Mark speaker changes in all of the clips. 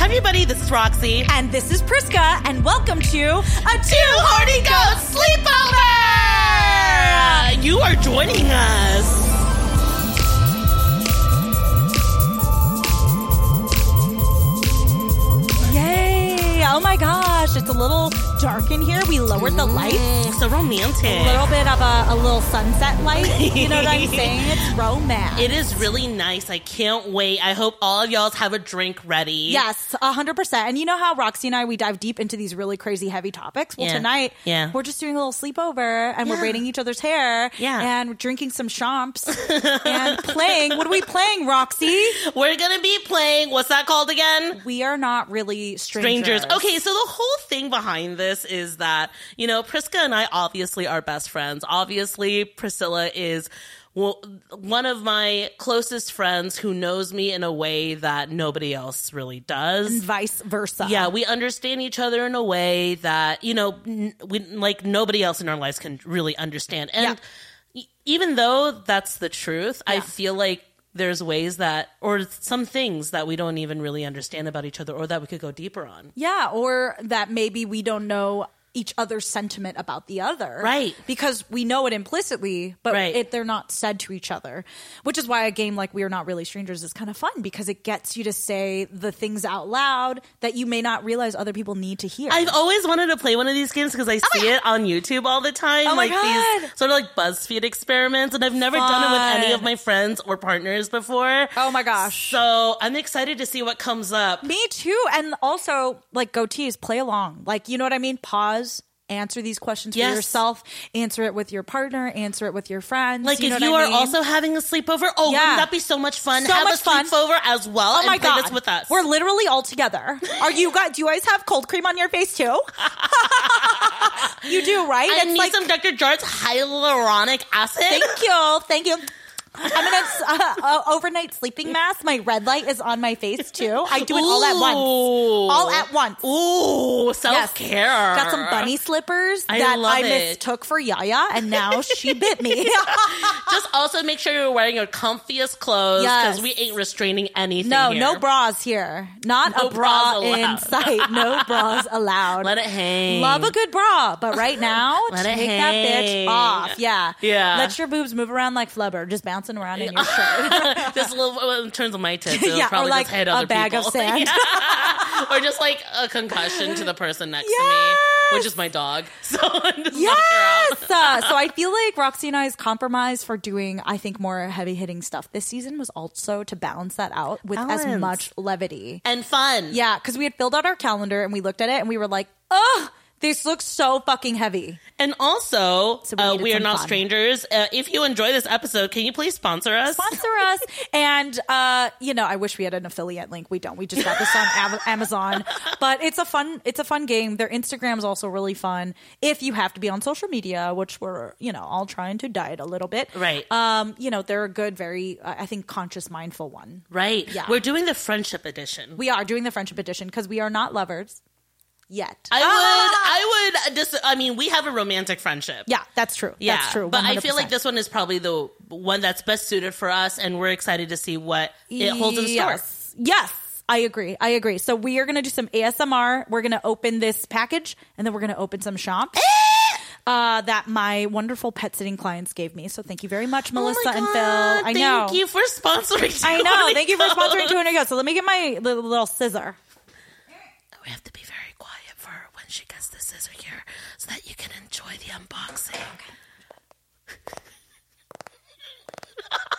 Speaker 1: everybody. This is Roxy.
Speaker 2: And this is Priska, and welcome to a Two Horny Ghost Sleepover!
Speaker 1: Uh, you are joining us.
Speaker 2: Yay! Oh my gosh, it's a little dark in here. We lowered the lights.
Speaker 1: Mm, so romantic.
Speaker 2: A little bit of a, a little sunset light. You know what I'm saying? It's romance.
Speaker 1: It is really nice. I can't wait. I hope all of y'all's have a drink ready.
Speaker 2: Yes, 100%. And you know how Roxy and I, we dive deep into these really crazy heavy topics? Well,
Speaker 1: Yeah.
Speaker 2: tonight,
Speaker 1: Yeah.
Speaker 2: we're just doing a little sleepover and
Speaker 1: Yeah.
Speaker 2: we're rating each other's hair
Speaker 1: Yeah.
Speaker 2: and we're drinking some champs and playing. What are we playing, Roxy?
Speaker 1: We're going to be playing, what's that called again?
Speaker 2: We are not really strangers.
Speaker 1: strangers. Okay, so the whole thing behind this is that, you know, Prisca and I obviously are best friends. Obviously, Priscilla is well, one of my closest friends who knows me in a way that nobody else really does.
Speaker 2: Vice versa.
Speaker 1: Yeah, we understand each other in a way that, you know, n- we, like nobody else in our lives can really understand. And e- even though that's the truth, I feel like there's ways that, or some things that we don't even really understand about each other or that we could go deeper on.
Speaker 2: Yeah, or that maybe we don't know each other's sentiment about the other.
Speaker 1: Right.
Speaker 2: Because we know it implicitly, but
Speaker 1: Right.
Speaker 2: it, they're not said to each other. Which is why a game like We Are Not Really Strangers is kind of fun because it gets you to say the things out loud that you may not realize other people need to hear.
Speaker 1: I've always wanted to play one of these games because I see it on YouTube all the time.
Speaker 2: Oh my
Speaker 1: like
Speaker 2: God.
Speaker 1: these sort of like BuzzFeed experiments, and I've never done it with any
Speaker 2: Fun.
Speaker 1: of my friends or partners before.
Speaker 2: Oh my gosh.
Speaker 1: So I'm excited to see what comes up.
Speaker 2: Me too. And also, like, goatees, play along. Like, you know what I mean? Pause. Answer these questions
Speaker 1: Yes.
Speaker 2: for yourself. Answer it with your partner. Answer it with your friends.
Speaker 1: Like
Speaker 2: know
Speaker 1: if
Speaker 2: what
Speaker 1: you
Speaker 2: I
Speaker 1: are
Speaker 2: mean?
Speaker 1: also having a sleepover, oh,
Speaker 2: Yeah.
Speaker 1: wouldn't that be so much fun?
Speaker 2: So
Speaker 1: Have
Speaker 2: much
Speaker 1: a
Speaker 2: fun.
Speaker 1: sleepover as well.
Speaker 2: Oh
Speaker 1: and
Speaker 2: my
Speaker 1: play
Speaker 2: god,
Speaker 1: this with us.
Speaker 2: We're literally all together. Are you guys? Do you guys have cold cream on your face too? you do, right?
Speaker 1: I need some Dr. Jart's hyaluronic acid.
Speaker 2: thank you, thank you. I'm in an uh, uh, overnight sleeping mask. My red light is on my face too. I do it all at once,
Speaker 1: Ooh.
Speaker 2: all at once.
Speaker 1: Ooh, self care.
Speaker 2: Got some bunny slippers
Speaker 1: I
Speaker 2: that
Speaker 1: love
Speaker 2: I
Speaker 1: it.
Speaker 2: mistook for Yaya, and now she bit me.
Speaker 1: Just also make sure you're wearing your comfiest clothes because
Speaker 2: Yes.
Speaker 1: we ain't restraining anything.
Speaker 2: no,
Speaker 1: here.
Speaker 2: no bras here. Not
Speaker 1: No
Speaker 2: a bra
Speaker 1: bras
Speaker 2: in
Speaker 1: allowed.
Speaker 2: sight. No bras allowed.
Speaker 1: Let it hang.
Speaker 2: Love a good bra, but right now,
Speaker 1: Let it
Speaker 2: take that bitch
Speaker 1: hang.
Speaker 2: off. Yeah.
Speaker 1: Yeah.
Speaker 2: Let your boobs move around like flubber, just bouncing around in your shirt.
Speaker 1: just a little well, in terms of my tits.
Speaker 2: Yeah,
Speaker 1: yeah,
Speaker 2: or
Speaker 1: probably
Speaker 2: like
Speaker 1: just hit
Speaker 2: a
Speaker 1: other
Speaker 2: bag
Speaker 1: people.
Speaker 2: of sand.
Speaker 1: Yeah. or just like a concussion to the person next to me, which is my dog. So I'm just knock her out.
Speaker 2: Yes. Uh, so I feel like Roxy and I's compromise for doing, I think, more heavy hitting stuff this season was also to balance that out with as
Speaker 1: Balance.
Speaker 2: much levity.
Speaker 1: and fun.
Speaker 2: Yeah, because we had filled out our calendar and we looked at it and we were like, oh, this looks so fucking heavy.
Speaker 1: And also,
Speaker 2: So we
Speaker 1: we, uh,
Speaker 2: needed
Speaker 1: we are
Speaker 2: some
Speaker 1: not
Speaker 2: fun.
Speaker 1: strangers. Uh, if you enjoy this episode, can you please sponsor us?
Speaker 2: sponsor us. And uh, you know, I wish we had an affiliate link. We don't. We just got this on Av- Amazon. But it's a fun. It's a fun game. Their Instagram's also really fun. If you have to be on social media, which we're you know all trying to diet a little bit,
Speaker 1: Right.
Speaker 2: Um, you know, they're a good, very uh, I think conscious, mindful one.
Speaker 1: right.
Speaker 2: Yeah.
Speaker 1: We're doing the friendship edition.
Speaker 2: We are doing the friendship edition because we are not lovers yet.
Speaker 1: I
Speaker 2: Ah!
Speaker 1: would, I would just, I mean, we have a romantic friendship.
Speaker 2: Yeah, that's true.
Speaker 1: Yeah,
Speaker 2: that's true.
Speaker 1: But I feel
Speaker 2: 100%.
Speaker 1: like this one is probably the one that's best suited for us, and we're excited to see what it holds in store.
Speaker 2: Yes. Yes. I agree. I agree. So we are going to do some ASMR. We're going to open this package and then we're going to open some shops
Speaker 1: Eh!
Speaker 2: uh, that my wonderful pet sitting clients gave me. So thank you very much,
Speaker 1: Oh my
Speaker 2: Melissa and Phil.
Speaker 1: God,
Speaker 2: I
Speaker 1: thank
Speaker 2: know.
Speaker 1: you for sponsoring.
Speaker 2: I know. Thank you for
Speaker 1: 200
Speaker 2: sponsoring 200 Go. So let me get my little, little scissor.
Speaker 1: We have to be very quiet for her when she gets the scissor here, so that you can enjoy the unboxing.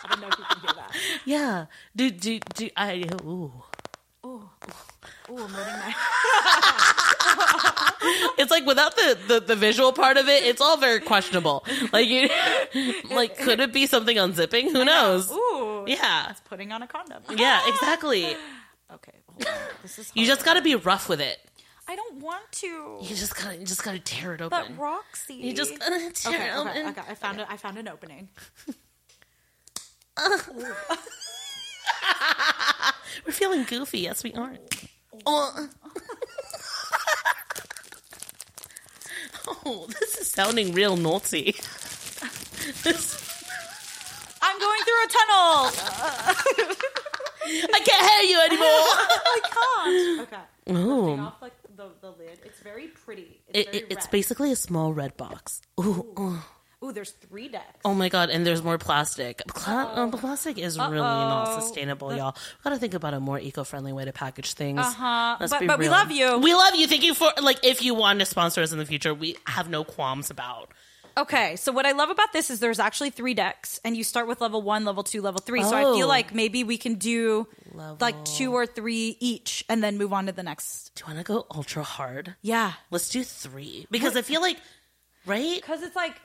Speaker 2: I don't know if you can hear that.
Speaker 1: Yeah. Do do do. I ooh.
Speaker 2: Ooh, I'm moving my.
Speaker 1: It's like without the, the the visual part of it, it's all very questionable. Like you, like could it be something unzipping? Who knows?
Speaker 2: Ooh.
Speaker 1: Yeah.
Speaker 2: Putting on a condom.
Speaker 1: Yeah. Exactly.
Speaker 2: Okay. Hold on. This is.
Speaker 1: You just got to be rough with it.
Speaker 2: I don't want to.
Speaker 1: You just gotta, you just gotta tear it open.
Speaker 2: But Roxy.
Speaker 1: you just gotta tear
Speaker 2: Okay,
Speaker 1: it
Speaker 2: okay,
Speaker 1: open.
Speaker 2: okay. I found it. I found an opening.
Speaker 1: We're feeling goofy. Yes, we are. Oh. oh, this is sounding real naughty. This-
Speaker 2: I'm going through a tunnel.
Speaker 1: I can't hear you anymore.
Speaker 2: I can't. Okay.
Speaker 3: lifting off like the, the lid. It's very pretty. It's
Speaker 1: Oh. It,
Speaker 3: very
Speaker 1: it, it's
Speaker 3: red.
Speaker 1: basically a small red box. Ooh, ooh.
Speaker 3: Ooh, there's three decks.
Speaker 1: Oh my god! And there's more plastic. Pla- uh, plastic is really not sustainable, y'all. We gotta think about a more eco-friendly way to package things.
Speaker 2: Uh-huh.
Speaker 1: Let's
Speaker 2: But-
Speaker 1: be
Speaker 2: but we
Speaker 1: real.
Speaker 2: love you.
Speaker 1: We love you. Thank you for like. If you want to sponsor us in the future, we have no qualms about.
Speaker 2: Okay, so what I love about this is there's actually three decks, and you start with level one, level two, level three. So I
Speaker 1: Oh.
Speaker 2: feel like maybe we can do like two
Speaker 1: Level.
Speaker 2: or three each, and then move on to the next.
Speaker 1: Do you want to go ultra hard?
Speaker 2: Yeah,
Speaker 1: Let's do three because I feel like, right?
Speaker 2: because it's like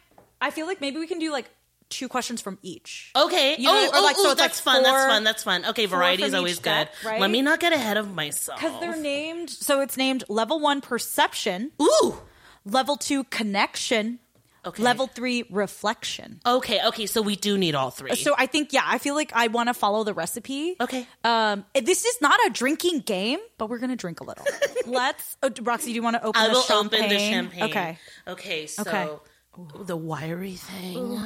Speaker 2: I feel like maybe we can do like two questions from each.
Speaker 1: Okay.
Speaker 2: You know,
Speaker 1: oh,
Speaker 2: or
Speaker 1: oh,
Speaker 2: like, so
Speaker 1: ooh,
Speaker 2: it's like
Speaker 1: that's fun. that's
Speaker 2: four-
Speaker 1: fun. That's fun. Okay, variety is
Speaker 2: from
Speaker 1: always
Speaker 2: each
Speaker 1: good.
Speaker 2: step, right?
Speaker 1: Let me not get ahead of myself.
Speaker 2: Because they're named, so it's named level one perception,
Speaker 1: Ooh.
Speaker 2: level two connection,
Speaker 1: Okay.
Speaker 2: level three reflection.
Speaker 1: Okay. Okay. So we do need all three.
Speaker 2: Uh, So I think yeah, I feel like I want to follow the recipe.
Speaker 1: okay.
Speaker 2: Um, this is not a drinking game, but we're gonna drink a little. Let's, oh, Roxy. Do you want to open?
Speaker 1: I
Speaker 2: the
Speaker 1: will
Speaker 2: champagne?
Speaker 1: open the champagne.
Speaker 2: Okay.
Speaker 1: Okay. So
Speaker 2: Okay.
Speaker 1: the wiry thing.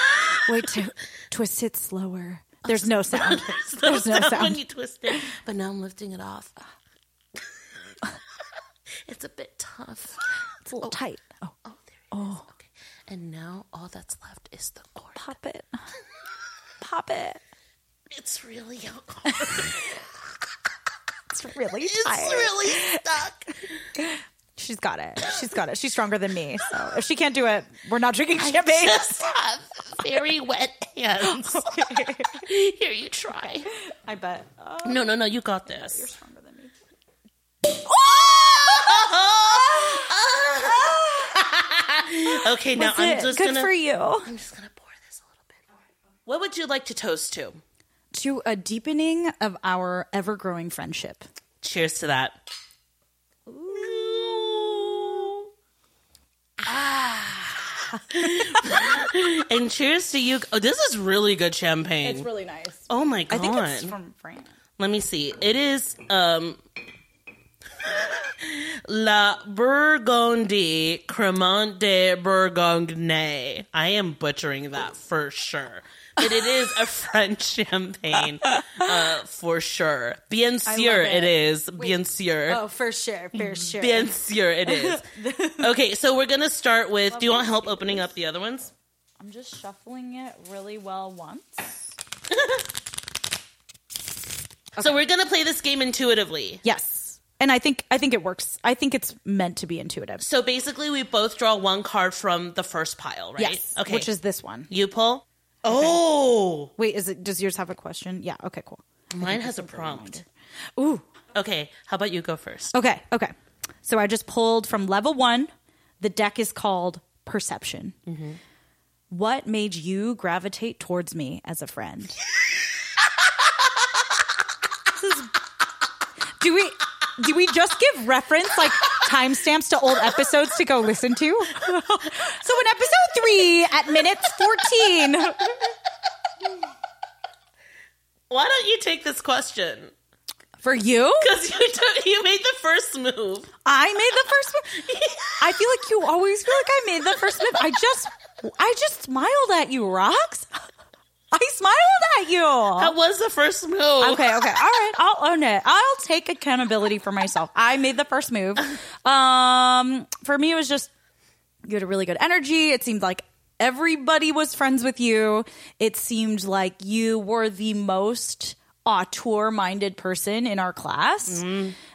Speaker 2: Wait to twist it slower. There's no sound.
Speaker 1: There's
Speaker 2: no
Speaker 1: when
Speaker 2: sound.
Speaker 1: you twist it. But now I'm lifting it off. it's a bit tough.
Speaker 2: It's a little tight. Oh,
Speaker 1: Oh, there it is. Okay. And now all that's left is the cork.
Speaker 2: pop it. Pop it.
Speaker 1: It's really alcohol.
Speaker 2: It's really tight.
Speaker 1: it's really stuck.
Speaker 2: She's got it. She's got it. She's stronger than me. So if she can't do it, we're not drinking champagne.
Speaker 1: just have very wet hands. Here, you try.
Speaker 2: I bet. Oh,
Speaker 1: No, no, no, you got this.
Speaker 2: stronger than me.
Speaker 1: okay, now
Speaker 2: That's
Speaker 1: I'm
Speaker 2: it.
Speaker 1: just
Speaker 2: Good
Speaker 1: gonna
Speaker 2: for you.
Speaker 1: I'm just gonna pour this a little bit. What would you like to toast to?
Speaker 2: To a deepening of our ever-growing friendship.
Speaker 1: Cheers to that. Ah. and cheers to you. Oh, this is really good champagne.
Speaker 2: really nice.
Speaker 1: oh my god.
Speaker 2: from France.
Speaker 1: Let me see. It is um La Burgundy Cremant de Bourgogne. I am butchering that for sure. But it is a French champagne uh, for sure. Bien sûr it
Speaker 2: it.
Speaker 1: is. Bien sûr.
Speaker 2: Oh, for sure, for sure.
Speaker 1: Bien sûr it is. okay, so we're going to start with Do you want help opening up the other ones?
Speaker 2: I'm just shuffling it really well once.
Speaker 1: So we're going to play this game intuitively.
Speaker 2: Yes. And I think I think it works. I think it's meant to be intuitive.
Speaker 1: So basically we both draw one card from the first pile, right?
Speaker 2: Yes. Which is this one.
Speaker 1: You pull? Oh,
Speaker 2: Wait, is it does yours have a question? Yeah, okay, cool.
Speaker 1: mine has a prompt.
Speaker 2: Ooh.
Speaker 1: Okay, how about you go first?
Speaker 2: Okay, okay. So I just pulled from level 1. The deck is called Perception. What made you gravitate towards me as a friend? This is- do we do we just give reference like timestamps to old episodes to go listen to? so in episode 3 at minutes 14,
Speaker 1: Why don't you take this question?
Speaker 2: for you,
Speaker 1: Because you took, you made the first move.
Speaker 2: I made the first move. I feel like you always feel like I made the first move. I just, I just smiled at you, Rox. I smiled at you.
Speaker 1: That was the first move.
Speaker 2: Okay, okay, all right. I'll own it. I'll take accountability for myself. I made the first move. Um, for me, it was just you had a really good energy. It seemed like everybody was friends with you. It seemed like you were the most auteur-minded person in our class.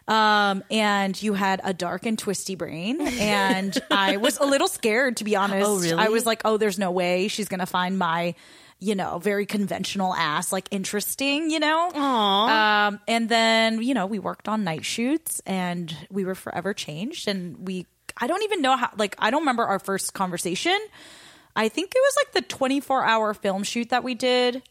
Speaker 2: Um, and you had a dark and twisty brain. And I was a little scared, to be honest.
Speaker 1: Oh, really?
Speaker 2: I was like, oh, there's no way she's going to find my, you know, very conventional ass, like interesting, you know? Um, and then, you know, we worked on night shoots and we were forever changed. And we, I don't even know how, like, I don't remember our first conversation. I think it was like the 24 hour film shoot that we did,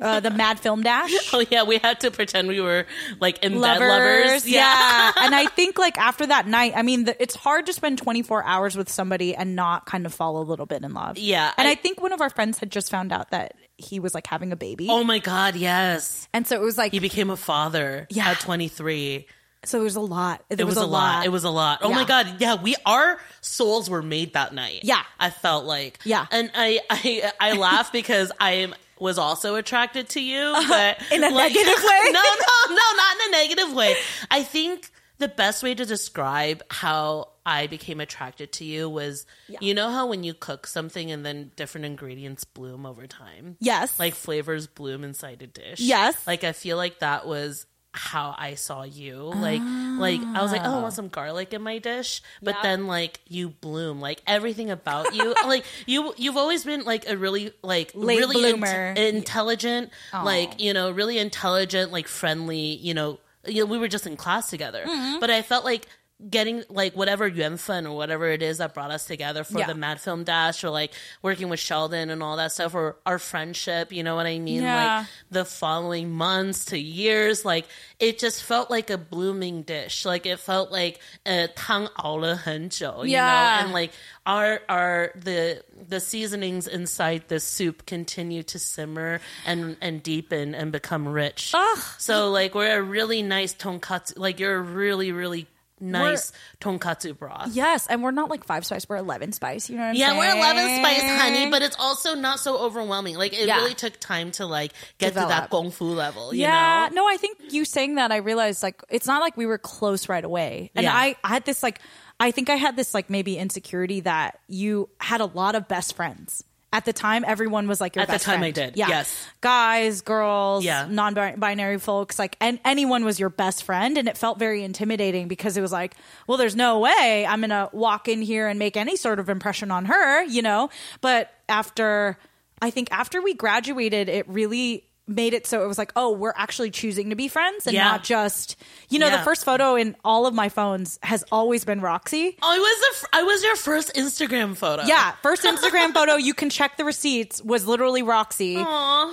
Speaker 2: uh, the Mad Film Dash.
Speaker 1: Oh yeah, we had to pretend we were like in
Speaker 2: lovers,
Speaker 1: bed lovers.
Speaker 2: yeah. and I think like after that night, I mean, the, it's hard to spend 24 hours with somebody and not kind of fall a little bit in love.
Speaker 1: Yeah,
Speaker 2: and I,
Speaker 1: I-
Speaker 2: think one of our friends had just found out that he was like having a baby,
Speaker 1: Oh my god, yes.
Speaker 2: and so it was like,
Speaker 1: He became a father
Speaker 2: Yeah.
Speaker 1: at 23.
Speaker 2: so it was a lot. There
Speaker 1: It was, a lot. It was a lot. Oh my
Speaker 2: Yeah.
Speaker 1: god, yeah, we our souls were made that night.
Speaker 2: Yeah.
Speaker 1: I felt like.
Speaker 2: Yeah.
Speaker 1: And I I I laugh because I am was also attracted to you, but
Speaker 2: In a Uh-huh. negative way?
Speaker 1: No, no, no, not in a negative way. I think the best way to describe how I became attracted to you was you know how when you cook something and then different ingredients bloom over time?
Speaker 2: Yes.
Speaker 1: Like flavors bloom inside a dish.
Speaker 2: Yes.
Speaker 1: Like I feel like that was how I saw you. Like like I was like, Oh, I
Speaker 2: Ah.
Speaker 1: want some garlic in my dish. But
Speaker 3: Yeah.
Speaker 1: then like you bloom. Like everything about you. like you you've always been like a really like
Speaker 2: Late
Speaker 1: really
Speaker 2: bloomer.
Speaker 1: intelligent, like you know, really intelligent, like friendly. You know, you know, we were just in class together,
Speaker 2: Mm-hmm.
Speaker 1: but I felt like getting like whatever Yuanfen or whatever it is that brought us together for
Speaker 2: Yeah.
Speaker 1: the Mad Film Dash or like working with Sheldon and all that stuff or our friendship. You know what I mean?
Speaker 2: Yeah.
Speaker 1: Like the following months to years, like it just felt like a blooming dish. Like it felt like a tang you
Speaker 2: Yeah.
Speaker 1: know, and like our our the the seasonings inside the soup continue to simmer and and deepen and become rich.
Speaker 2: Ugh.
Speaker 1: So like we're a really nice tonkatsu. Like you're a really really nice tonkatsu broth.
Speaker 2: Yes, and we're not like five spice; we're eleven spice. You know what I'm
Speaker 1: Yeah,
Speaker 2: saying?
Speaker 1: we're 11 spice honey, but it's also not so overwhelming. Like it
Speaker 2: Yeah.
Speaker 1: really took time to like get to
Speaker 2: Develop.
Speaker 1: that kung fu level, you
Speaker 2: yeah,
Speaker 1: know?
Speaker 2: no, I think you saying that, I realized like it's not like we were close right away, and
Speaker 1: Yeah.
Speaker 2: I, I had this like, I think I had this like maybe insecurity that you had a lot of best friends at the time. Everyone was like your
Speaker 1: At the
Speaker 2: best
Speaker 1: time I
Speaker 2: friend.
Speaker 1: did,
Speaker 2: yeah.
Speaker 1: yes.
Speaker 2: guys, girls,
Speaker 1: Yeah.
Speaker 2: non-binary folks, like, and anyone was your best friend, and it felt very intimidating because it was like, well, there's no way I'm gonna walk in here and make any sort of impression on her, you know. But after, I think after we graduated, it really made it so it was like, oh, we're actually choosing to be friends and
Speaker 1: Yeah.
Speaker 2: not just, you know, the
Speaker 1: Yeah.
Speaker 2: first photo in all of my phones has always been Roxy.
Speaker 1: I was the f- I was your first Instagram photo.
Speaker 2: Yeah, first Instagram photo you can check the receipts was literally Roxy,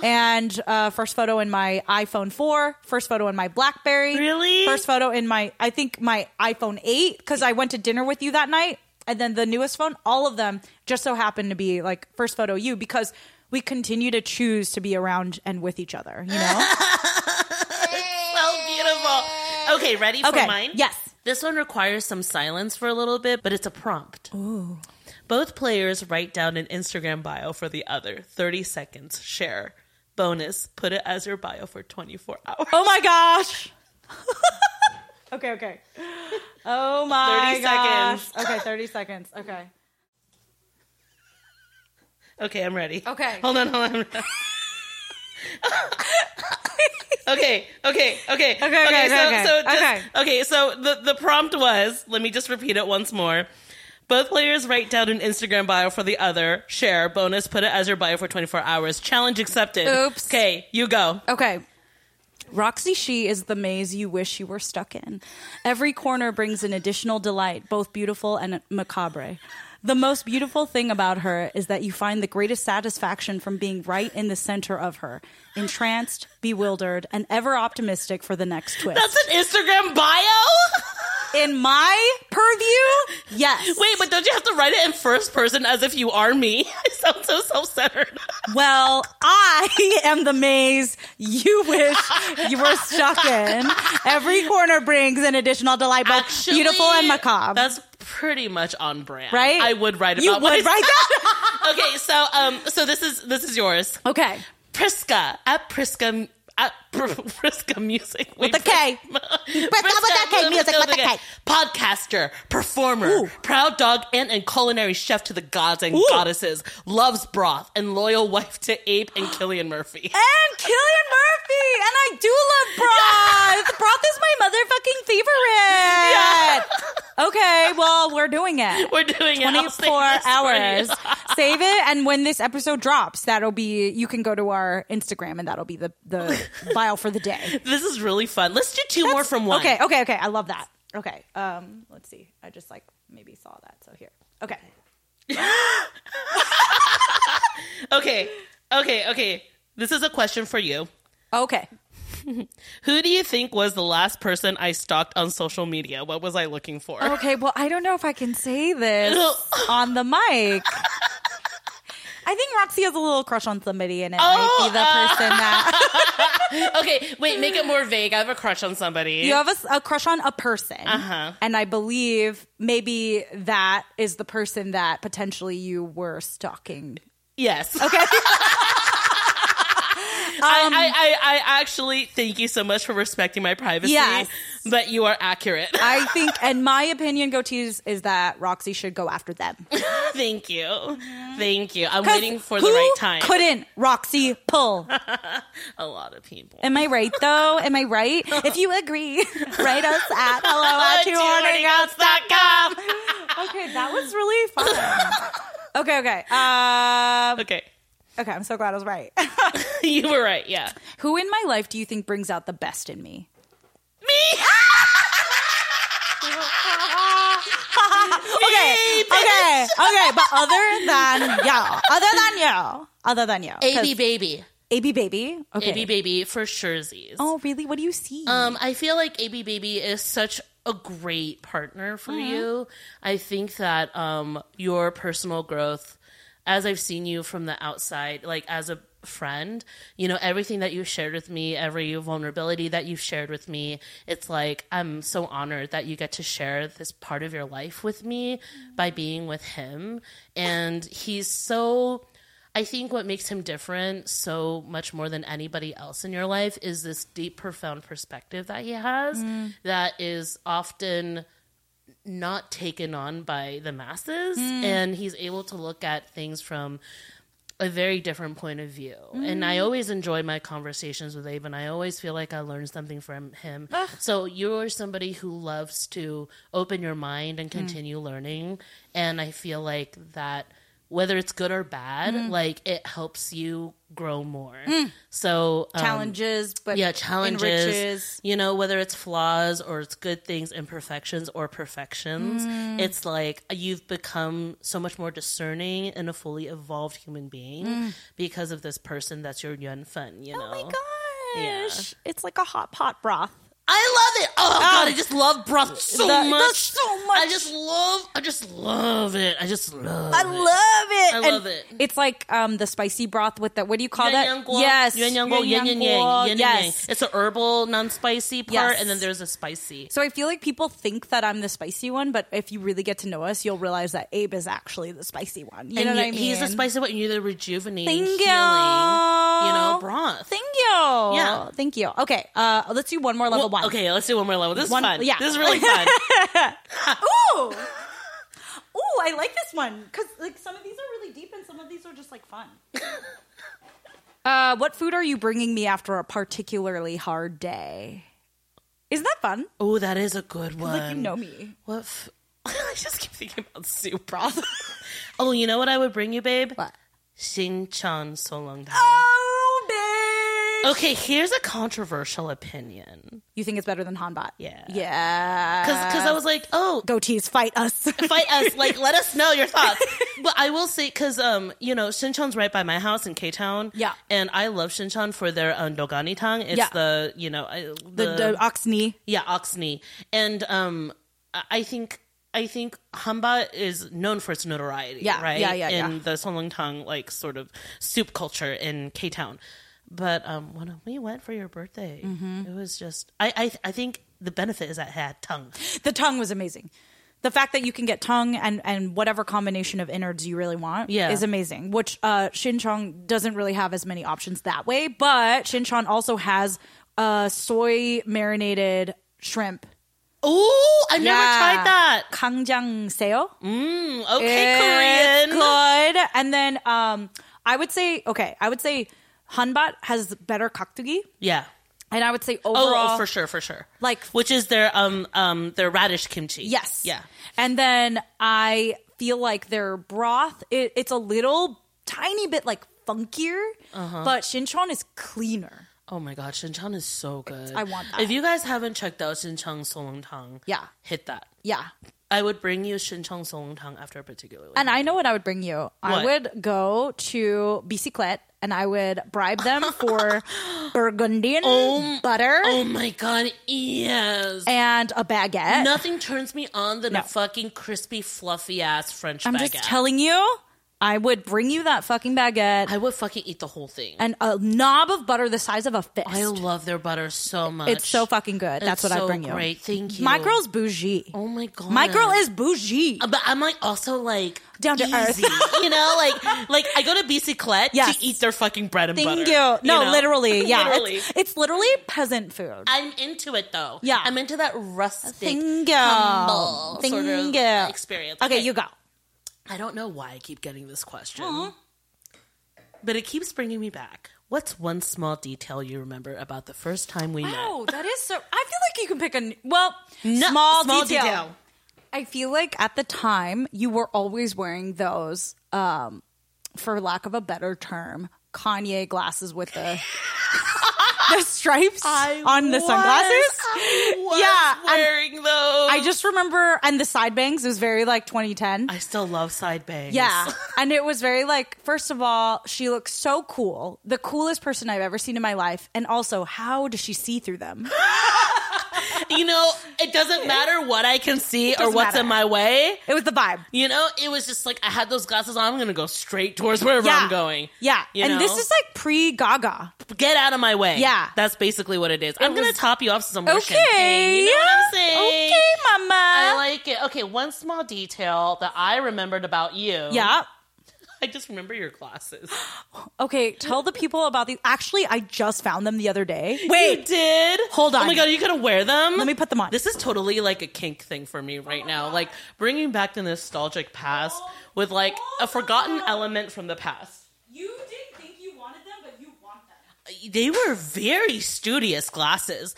Speaker 2: and uh, first photo in my iPhone four, first photo in my BlackBerry,
Speaker 1: Really?
Speaker 2: first photo in my I think my iPhone eight because I went to dinner with you that night, and then the newest phone. All of them just so happened to be like first photo you because we continue to choose to be around and with each other. You know?
Speaker 1: so beautiful. Okay, ready for
Speaker 2: Okay,
Speaker 1: mine?
Speaker 2: yes.
Speaker 1: This one requires some silence for a little bit, but it's a prompt. Ooh. Both players write down an Instagram bio for the other. 30 seconds. Share. Bonus, put it as your bio for 24 hours.
Speaker 2: oh my gosh. okay, okay. Oh my
Speaker 1: 30
Speaker 2: gosh.
Speaker 1: seconds.
Speaker 2: Okay, thirty seconds. Okay.
Speaker 1: Okay, I'm ready.
Speaker 2: Okay.
Speaker 1: Hold on, hold on. okay, okay, okay. Okay,
Speaker 2: okay,
Speaker 1: so,
Speaker 2: okay,
Speaker 1: so just,
Speaker 2: okay.
Speaker 1: okay. so the, the prompt was let me just repeat it once more. Both players write down an Instagram bio for the other, share, bonus, put it as your bio for 24 hours. Challenge accepted.
Speaker 2: Oops.
Speaker 1: Okay, you go.
Speaker 2: Okay. Roxy She is the maze you wish you were stuck in. Every corner brings an additional delight, both beautiful and macabre. The most beautiful thing about her is that you find the greatest satisfaction from being right in the center of her, entranced, bewildered, and ever optimistic for the next twist.
Speaker 1: That's an Instagram bio?
Speaker 2: in my purview, yes.
Speaker 1: Wait, but don't you have to write it in first person as if you are me? I sound so self centered.
Speaker 2: Well, I am the maze you wish you were stuck in. Every corner brings an additional delight, both beautiful and macabre.
Speaker 1: That's pretty much on brand,
Speaker 2: right?
Speaker 1: I would write about
Speaker 2: You would
Speaker 1: myself.
Speaker 2: write that.
Speaker 1: okay, so um, so this is this is yours,
Speaker 2: okay,
Speaker 1: Prisca at Prisca at Pr- Prisca Music Wait,
Speaker 2: the K.
Speaker 1: Prisca,
Speaker 2: with the K, music with the K.
Speaker 1: Podcaster, performer,
Speaker 2: Ooh.
Speaker 1: proud dog aunt, and culinary chef to the gods and goddesses. Loves broth and loyal wife to Abe and Killian Murphy.
Speaker 2: And Killian Murphy, and I do love broth. broth is my motherfucking favorite. Okay, well, we're doing it.
Speaker 1: We're doing it. I'll save
Speaker 2: 24
Speaker 1: this for
Speaker 2: hours.
Speaker 1: you.
Speaker 2: Save it, and when this episode drops, that'll be you can go to our Instagram, and that'll be the the file for the day.
Speaker 1: This is really fun. Let's do two more from one.
Speaker 2: Okay, okay, okay. I love that. Okay, um, let's see. I just like maybe saw that. So here, okay.
Speaker 1: Okay. Okay. Okay. This is a question for you.
Speaker 2: Okay.
Speaker 1: Who do you think was the last person I stalked on social media? What was I looking for?
Speaker 2: Okay, well, I don't know if I can say this
Speaker 1: Ew.
Speaker 2: on the mic. I think Roxy has a little crush on somebody, and it might
Speaker 1: Oh,
Speaker 2: be the person that
Speaker 1: okay, wait, make it more vague. I have a crush on somebody.
Speaker 2: you have a s- a, crush on a person,
Speaker 1: Uh-huh.
Speaker 2: and I believe maybe that is the person that potentially you were stalking.
Speaker 1: yes.
Speaker 2: Okay,
Speaker 1: I, I, I, I actually thank you so much for respecting my privacy.
Speaker 2: Yes.
Speaker 1: But you are accurate.
Speaker 2: I think, and my opinion, goatees is that Roxy should go after them.
Speaker 1: thank you. Thank you. I'm
Speaker 2: Mm-hmm. 'Cause
Speaker 1: waiting for the
Speaker 2: who
Speaker 1: right time.
Speaker 2: Couldn't Roxy pull?
Speaker 1: A lot of people.
Speaker 2: Am I right though? Am I right? If you agree, write us at hello at two horny
Speaker 1: com.
Speaker 2: Okay, that was really fun. okay, okay, um,
Speaker 1: Okay.
Speaker 2: okay. I'm so glad I was right.
Speaker 1: You were right, yeah.
Speaker 2: Who in my life do you think brings out the best in me?
Speaker 1: Me!
Speaker 2: Okay, okay, okay. But other than y'all, other than y'all, other than y'all, 'Cause
Speaker 1: AB Baby.
Speaker 2: AB baby, okay.
Speaker 1: AB Baby for Sherseys.
Speaker 2: Oh, really? What do you see?
Speaker 1: Um, I feel like AB Baby is such a great partner for you. I think that um, your personal growth, as I've seen you from the outside, like as a friend, you know, everything that you shared with me, every vulnerability that you've shared with me, it's like I'm so honored that you get to share this part of your life with me by being with him. And he's so. I think what makes him different so much more than anybody else in your life is this deep, profound perspective that he has that is often not taken on by the masses. And he's able to look at things from a very different point of view. And I always enjoy my conversations with Abe, and I always feel like I learn something from him. So you're somebody who loves to open your mind and continue learning. And I feel like that, whether it's good or bad, like it helps you grow more. So, um,
Speaker 2: challenges, but
Speaker 1: yeah, challenges.
Speaker 2: enriches.
Speaker 1: You know, whether it's flaws or it's good things, imperfections or perfections,
Speaker 2: Mm.
Speaker 1: it's like you've become so much more discerning and a fully evolved human being because of this person that's your yun fun. You know,
Speaker 2: Mm. Oh my gosh, it's like a hot pot broth.
Speaker 1: I love it. Oh god, I just love broth so
Speaker 2: Ah, That-
Speaker 1: much.
Speaker 2: that's so much.
Speaker 1: I just love. I just love it. I just love.
Speaker 2: I
Speaker 1: it.
Speaker 2: love it.
Speaker 1: I love it.
Speaker 2: It's like um, the spicy broth with the what do you call that?
Speaker 1: Yuan-yang-guo.
Speaker 2: Yes,
Speaker 1: Yuan-yang-guo, yin and
Speaker 2: Yuan-yang-guo,
Speaker 1: yang, yin and yang.
Speaker 2: yes.
Speaker 1: It's a herbal, non-spicy part,
Speaker 2: Yes.
Speaker 1: and then there's a spicy.
Speaker 2: So I feel like people think that I'm the spicy one, but if you really get to know us, you'll realize that Abe is actually the spicy one. You
Speaker 1: and
Speaker 2: know what
Speaker 1: you-
Speaker 2: I mean?
Speaker 1: He's the spicy one. You're the rejuvenating,
Speaker 2: Thank
Speaker 1: healing,
Speaker 2: you.
Speaker 1: you know, broth.
Speaker 2: Thank you. Yeah.
Speaker 1: Yeah.
Speaker 2: Thank you. Okay. Uh, let's do one more level
Speaker 1: Well,
Speaker 2: one.
Speaker 1: Okay, let's do one more level. This
Speaker 2: One-
Speaker 1: is fun.
Speaker 2: yeah.
Speaker 1: this is really fun.
Speaker 2: Ooh.
Speaker 3: Ooh, I like this one because like some of these are really deep and some of these are just like fun.
Speaker 2: Uh, what food are you bringing me after a particularly hard day? Isn't that fun?
Speaker 1: oh, that is a good one.
Speaker 3: Um,
Speaker 2: Like you know me.
Speaker 1: What? F- I just keep thinking about soup broth. oh, you know what I would bring you, babe?
Speaker 2: What?
Speaker 1: Shinchan so long time.
Speaker 2: Oh, babe.
Speaker 1: Okay, here's a controversial opinion.
Speaker 2: You think it's better than Hanbot?
Speaker 1: Yeah.
Speaker 2: Yeah.
Speaker 1: Because
Speaker 2: Uh,
Speaker 1: I was like, oh,
Speaker 2: goatees fight us.
Speaker 1: fight us. Like, let us know your thoughts. But I will say, because um, you know, Shinchon's right by my house in K Town.
Speaker 2: Yeah.
Speaker 1: and I love Shinchon for their um, Dogani Tang. It's
Speaker 2: Yeah.
Speaker 1: the you know I-
Speaker 2: the, the ox knee.
Speaker 1: yeah Oxney, and um, I- I think. I think Hamba is known for its notoriety,
Speaker 2: Yeah,
Speaker 1: right?
Speaker 2: yeah, yeah,
Speaker 1: in
Speaker 2: yeah.
Speaker 1: the Solongtang like sort of soup culture in K Town. But um, when we went for your birthday,
Speaker 2: Mm-hmm.
Speaker 1: it was just I, I I think the benefit is that it had tongue.
Speaker 2: The tongue was amazing. The fact that you can get tongue and, and whatever combination of innards you really want
Speaker 1: Yeah.
Speaker 2: is amazing, which uh, Shinchong doesn't really have as many options that way. But Shinchon also has uh, soy marinated shrimp.
Speaker 1: Oh, I've never tried that. Mm.
Speaker 2: Kangjang seo.
Speaker 1: Okay,
Speaker 2: It's
Speaker 1: Korean.
Speaker 2: good. And then um, I would say, okay, I would say Hanbat has better kaktugi.
Speaker 1: Yeah.
Speaker 2: And I would say
Speaker 1: Oh,
Speaker 2: overall.
Speaker 1: oh, for sure, for sure.
Speaker 2: Like-
Speaker 1: which is their um um their radish kimchi.
Speaker 2: Yes.
Speaker 1: Yeah.
Speaker 2: And then I feel like their broth, it, it's a little tiny bit like funkier,
Speaker 1: Uh-huh.
Speaker 2: but Shinchon is cleaner.
Speaker 1: Oh my god, Shinchang is so good.
Speaker 2: I want that.
Speaker 1: If you guys haven't checked out Shinchang Solongtang,
Speaker 2: Yeah.
Speaker 1: hit that.
Speaker 2: Yeah.
Speaker 1: I would bring you Shinchang Solongtang after a particular.
Speaker 2: And I know what I would bring you.
Speaker 1: What?
Speaker 2: I would go to Bicyclette and I would bribe them for Burgundian butter
Speaker 1: oh my god, yes.
Speaker 2: and a baguette.
Speaker 1: Nothing turns me on than
Speaker 2: No.
Speaker 1: a fucking crispy, fluffy ass French
Speaker 2: I'm
Speaker 1: baguette.
Speaker 2: just telling you, I would bring you that fucking baguette
Speaker 1: I would fucking eat the whole thing.
Speaker 2: and a knob of butter the size of a fist.
Speaker 1: I love their butter so much.
Speaker 2: it's so fucking good. That's
Speaker 1: It's
Speaker 2: what
Speaker 1: so
Speaker 2: I bring you.
Speaker 1: Great, thank you.
Speaker 2: My girl's bougie.
Speaker 1: Oh my god.
Speaker 2: My girl is bougie.
Speaker 1: But I'm like also like
Speaker 2: Down to
Speaker 1: easy,
Speaker 2: earth.
Speaker 1: you know, like like I go to bicyclette
Speaker 2: Yes.
Speaker 1: to eat their fucking bread and
Speaker 2: Thank
Speaker 1: butter.
Speaker 2: you. No,
Speaker 1: know?
Speaker 2: literally. Yeah.
Speaker 1: Literally.
Speaker 2: It's, it's literally peasant food.
Speaker 1: I'm into it though.
Speaker 2: Yeah.
Speaker 1: I'm into that rustic,
Speaker 2: Thingo.
Speaker 1: humble sort of
Speaker 2: Thingo.
Speaker 1: experience.
Speaker 2: Okay, you go.
Speaker 1: I don't know why I keep getting this question, but it keeps bringing me back. What's one small detail you remember about the first time we met?
Speaker 2: Wow, that is so. I feel like you can pick a n- well
Speaker 1: No-
Speaker 2: small, detail. I feel like at the time you were always wearing those, um, for lack of a better term, Kanye glasses with the the stripes
Speaker 1: I
Speaker 2: on the
Speaker 1: was-
Speaker 2: sunglasses.
Speaker 1: I was
Speaker 2: Yeah, and-
Speaker 1: wearing those.
Speaker 2: I just remember, and the side bangs it was very like 2010.
Speaker 1: I still love side bangs.
Speaker 2: Yeah. And it was very like, first of all, she looks so cool. The coolest person I've ever seen in my life. And also, how does she see through them?
Speaker 1: you know, it doesn't matter what I can see or
Speaker 2: doesn't
Speaker 1: what's
Speaker 2: matter.
Speaker 1: in my way.
Speaker 2: It was the vibe.
Speaker 1: You know, it was just like I had those glasses on. I'm gonna go straight towards wherever
Speaker 2: Yeah.
Speaker 1: I'm going.
Speaker 2: Yeah.
Speaker 1: You
Speaker 2: and this
Speaker 1: know?
Speaker 2: is like pre Gaga.
Speaker 1: get out of my way.
Speaker 2: Yeah.
Speaker 1: that's basically what it is. I'm gonna
Speaker 2: was-
Speaker 1: top you off some more champagne.
Speaker 2: Okay.
Speaker 1: You know what I'm
Speaker 2: yeah.
Speaker 1: saying?
Speaker 2: Okay, mama.
Speaker 1: I like it. Okay, one small detail that I remembered about you.
Speaker 2: yeah.
Speaker 1: I just remember your glasses.
Speaker 2: Okay, tell the people about these. Actually, I just found them the other day.
Speaker 1: You did?
Speaker 2: Hold
Speaker 1: Oh
Speaker 2: on.
Speaker 1: my god, are you gonna wear them?
Speaker 2: Let me put them on.
Speaker 1: This is totally like a kink thing for me right now. Like bringing back the nostalgic past with like a forgotten element from the past.
Speaker 3: You didn't think you wanted them, but you want them.
Speaker 1: They were very studious glasses.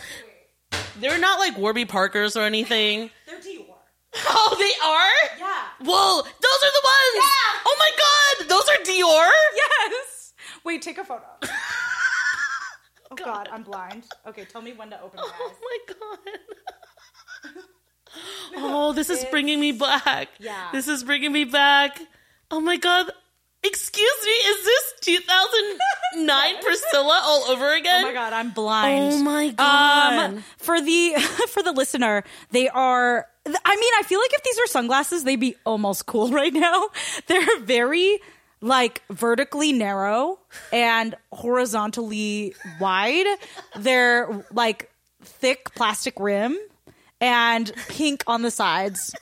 Speaker 1: They're not like Warby Parkers or anything.
Speaker 3: They're Dior.
Speaker 1: Oh, they are?
Speaker 3: Yeah.
Speaker 1: Whoa, those are the ones! Oh my god, those are Dior?
Speaker 2: Yes.
Speaker 3: Wait, take a photo. oh God, I'm blind. Okay, tell me when to open my
Speaker 1: Oh
Speaker 3: eyes.
Speaker 1: my god. oh, this is bringing me back.
Speaker 3: Yeah.
Speaker 1: This is bringing me back. Oh my god. Excuse me, is this 2009 Priscilla all over again?
Speaker 2: Oh my god, I'm blind.
Speaker 1: Oh my god.
Speaker 2: Um, for the for the listener, they are. I mean, I feel like if these were sunglasses, they'd be almost cool right now. They're very like vertically narrow and horizontally wide. They're like thick plastic rim and pink on the sides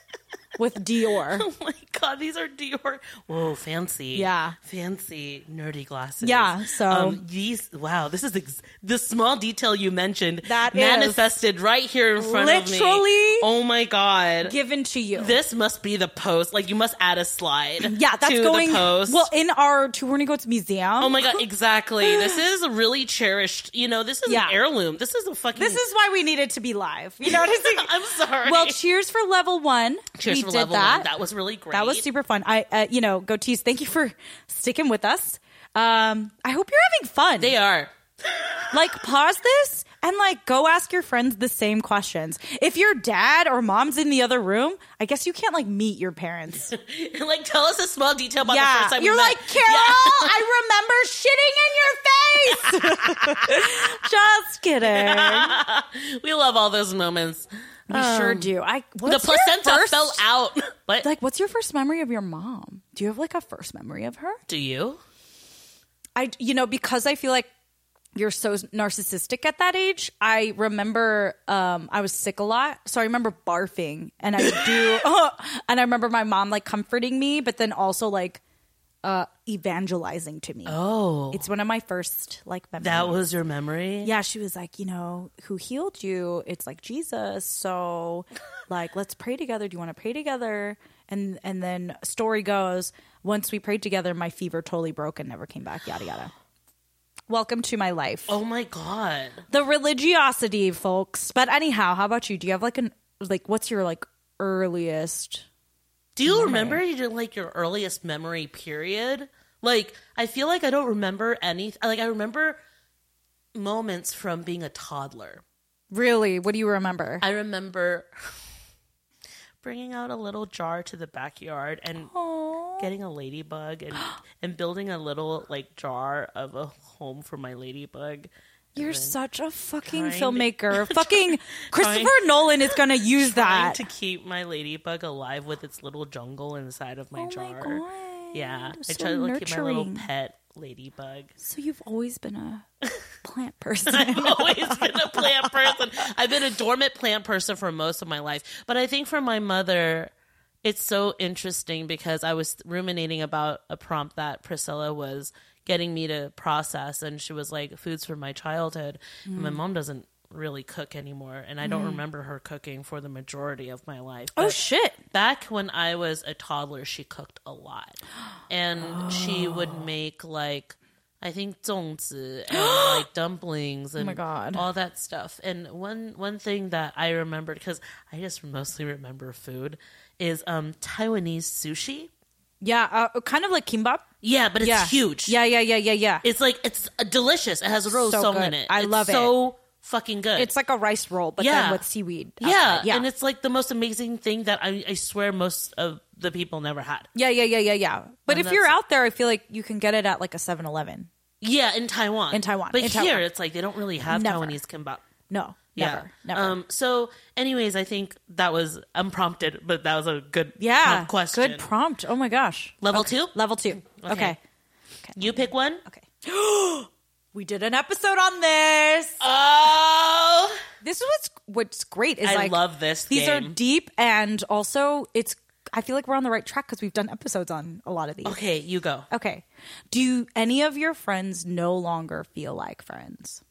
Speaker 2: with Dior.
Speaker 1: Oh my god, these are Dior. Whoa, fancy.
Speaker 2: Yeah.
Speaker 1: Fancy nerdy glasses. Um,
Speaker 2: Yeah, so-
Speaker 1: these wow, this is ex- the small detail you mentioned
Speaker 2: That is
Speaker 1: manifested right here in front of me.
Speaker 2: Literally-
Speaker 1: Oh my god.
Speaker 2: Given to you.
Speaker 1: this must be the post. Like you must add a slide.
Speaker 2: yeah, that's
Speaker 1: to
Speaker 2: going
Speaker 1: the post.
Speaker 2: well in our Two Horny Goats Museum.
Speaker 1: Oh my god, exactly. This is really cherished. You know, this is
Speaker 2: Yeah.
Speaker 1: an heirloom. This is a fucking
Speaker 2: this is why we needed to be live. You know what I'm saying?
Speaker 1: I'm sorry.
Speaker 2: Well, cheers for level one.
Speaker 1: cheers
Speaker 2: we
Speaker 1: for
Speaker 2: did
Speaker 1: level
Speaker 2: that.
Speaker 1: one. That was really great.
Speaker 2: That was super fun. I, uh, you know, goatees. Thank you for sticking with us. Um, I hope you're having fun.
Speaker 1: They are.
Speaker 2: like pause this and like go ask your friends the same questions. If your dad or mom's in the other room, I guess you can't like meet your parents.
Speaker 1: like tell us a small detail about the
Speaker 2: yeah,
Speaker 1: first time
Speaker 2: you're
Speaker 1: we met.
Speaker 2: like Carol.
Speaker 1: Yeah.
Speaker 2: I remember shitting in your face. Just kidding.
Speaker 1: We love all those moments.
Speaker 2: We sure do. I
Speaker 1: The
Speaker 2: Um, what's your
Speaker 1: placenta
Speaker 2: first-
Speaker 1: fell out. But
Speaker 2: Like, what's your first memory of your mom? Do you have like a first memory of her?
Speaker 1: do you?
Speaker 2: I you know because I feel like you're so narcissistic at that age. I remember um, I was sick a lot, so I remember barfing, and I would do, and I remember my mom like comforting me, but then also like uh, evangelizing to me.
Speaker 1: Oh,
Speaker 2: It's one of my first like memories.
Speaker 1: that was your memory.
Speaker 2: yeah. She was like, you know, who healed you? It's like Jesus. So, like, let's pray together. Do you want to pray together? And and then story goes, once we prayed together, my fever totally broke and never came back. Yada yada. Welcome to my life.
Speaker 1: Oh my god.
Speaker 2: The religiosity, folks. But anyhow, how about you? Do you have like an like what's your like earliest?
Speaker 1: Do you remember your like your earliest memory period? Like I feel like I don't remember any. Like I remember moments from being a toddler.
Speaker 2: Really, what do you remember?
Speaker 1: I remember bringing out a little jar to the backyard and getting a ladybug and and building a little like jar of a home for my ladybug.
Speaker 2: You're such a fucking
Speaker 1: trying-
Speaker 2: filmmaker. fucking Christopher Nolan is gonna use
Speaker 1: trying
Speaker 2: that.
Speaker 1: to keep my ladybug alive with its little jungle inside of my
Speaker 2: Oh my
Speaker 1: jar.
Speaker 2: God. kind.
Speaker 1: Yeah,
Speaker 2: You're
Speaker 1: I
Speaker 2: so
Speaker 1: try to like, keep my little
Speaker 2: nurturing.
Speaker 1: pet ladybug.
Speaker 2: So you've always been a plant person.
Speaker 1: always been a plant person. I've been a dormant plant person for most of my life. But I think for my mother, it's so interesting because I was ruminating about a prompt that Priscilla was getting me to process. And she was like, foods from my childhood. And my mom doesn't really cook anymore. And I don't remember her cooking for the majority of my life.
Speaker 2: oh
Speaker 1: But-
Speaker 2: shit!
Speaker 1: back when I was a toddler, she cooked a lot, and she would make like I think zongzi and like dumplings and
Speaker 2: Oh my God.
Speaker 1: all that stuff. And one one thing that I remembered because I just mostly remember food is um Taiwanese sushi.
Speaker 2: Yeah, uh, kind of like kimbap.
Speaker 1: Yeah, but it's
Speaker 2: yeah,
Speaker 1: huge.
Speaker 2: Yeah, yeah, yeah, yeah, yeah.
Speaker 1: it's like it's delicious. It has rose
Speaker 2: So
Speaker 1: song
Speaker 2: good.
Speaker 1: in it.
Speaker 2: I
Speaker 1: It's
Speaker 2: love it.
Speaker 1: So fucking good.
Speaker 2: It's like a rice roll, but
Speaker 1: Yeah.
Speaker 2: then with seaweed.
Speaker 1: yeah,
Speaker 2: outside. yeah,
Speaker 1: and it's like the most amazing thing that I, I swear most of the people never had.
Speaker 2: yeah, yeah, yeah, yeah, yeah. But
Speaker 1: And
Speaker 2: if you're
Speaker 1: that's-
Speaker 2: out there, I feel like you can get it at like a 7-Eleven.
Speaker 1: Yeah, in Taiwan.
Speaker 2: In Taiwan,
Speaker 1: But
Speaker 2: in
Speaker 1: here,
Speaker 2: Taiwan.
Speaker 1: it's like they don't really have
Speaker 2: Never.
Speaker 1: Taiwanese kimbap.
Speaker 2: No,
Speaker 1: Yeah.
Speaker 2: never, never.
Speaker 1: Um, so, anyways, I think that was unprompted, but that was a good
Speaker 2: yeah,
Speaker 1: prompt question.
Speaker 2: good prompt. Oh my gosh,
Speaker 1: Level
Speaker 2: Okay.
Speaker 1: two?
Speaker 2: level two. Okay. okay,
Speaker 1: you pick one.
Speaker 2: we did an episode on this.
Speaker 1: Oh,
Speaker 2: This is what's what's great is
Speaker 1: I
Speaker 2: like
Speaker 1: love this.
Speaker 2: these are
Speaker 1: game.
Speaker 2: deep and also it's. I feel like we're on the right track because we've done episodes on a lot of these.
Speaker 1: okay. You go.
Speaker 2: Okay. Do any of your friends no longer feel like friends?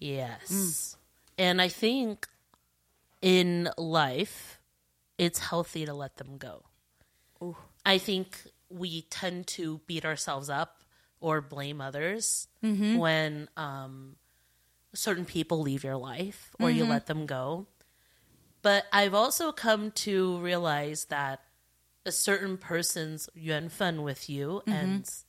Speaker 1: Yes,
Speaker 2: Mm.
Speaker 1: and I think in life, it's healthy to let them go. I think we tend to beat ourselves up or blame others
Speaker 2: Mm-hmm.
Speaker 1: when um, certain people leave your life or
Speaker 2: Mm-hmm.
Speaker 1: you let them go. But I've also come to realize that a certain person's yuanfen with you ends.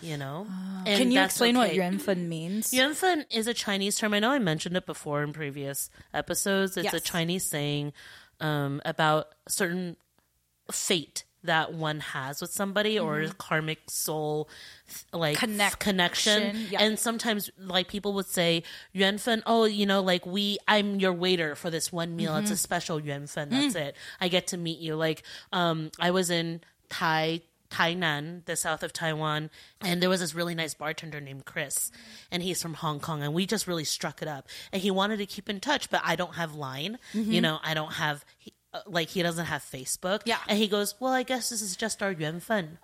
Speaker 1: You know, and
Speaker 2: Mm-hmm. Ah. Can you
Speaker 1: that's
Speaker 2: explain what
Speaker 1: okay.
Speaker 2: yuan fen means?
Speaker 1: Yuanfen is a Chinese term. I know I mentioned it before in previous episodes. It's a
Speaker 2: Yes.
Speaker 1: Chinese saying um, about certain fate that one has with somebody or karmic soul th- like
Speaker 2: Connect-
Speaker 1: connection
Speaker 2: yeah.
Speaker 1: and sometimes like people would say yuanfen oh you know like we i'm your waiter for this one meal it's a special yuanfen that's it i get to meet you like um i was in tai Tainan, the south of Taiwan, and there was this really nice bartender named Chris, and he's from Hong Kong, and we just really struck it up. And he wanted to keep in touch, but I don't have Line, you know, I don't have he, uh, like he doesn't have Facebook,
Speaker 2: Yeah.
Speaker 1: And he goes, well, I guess this is just our yuanfen,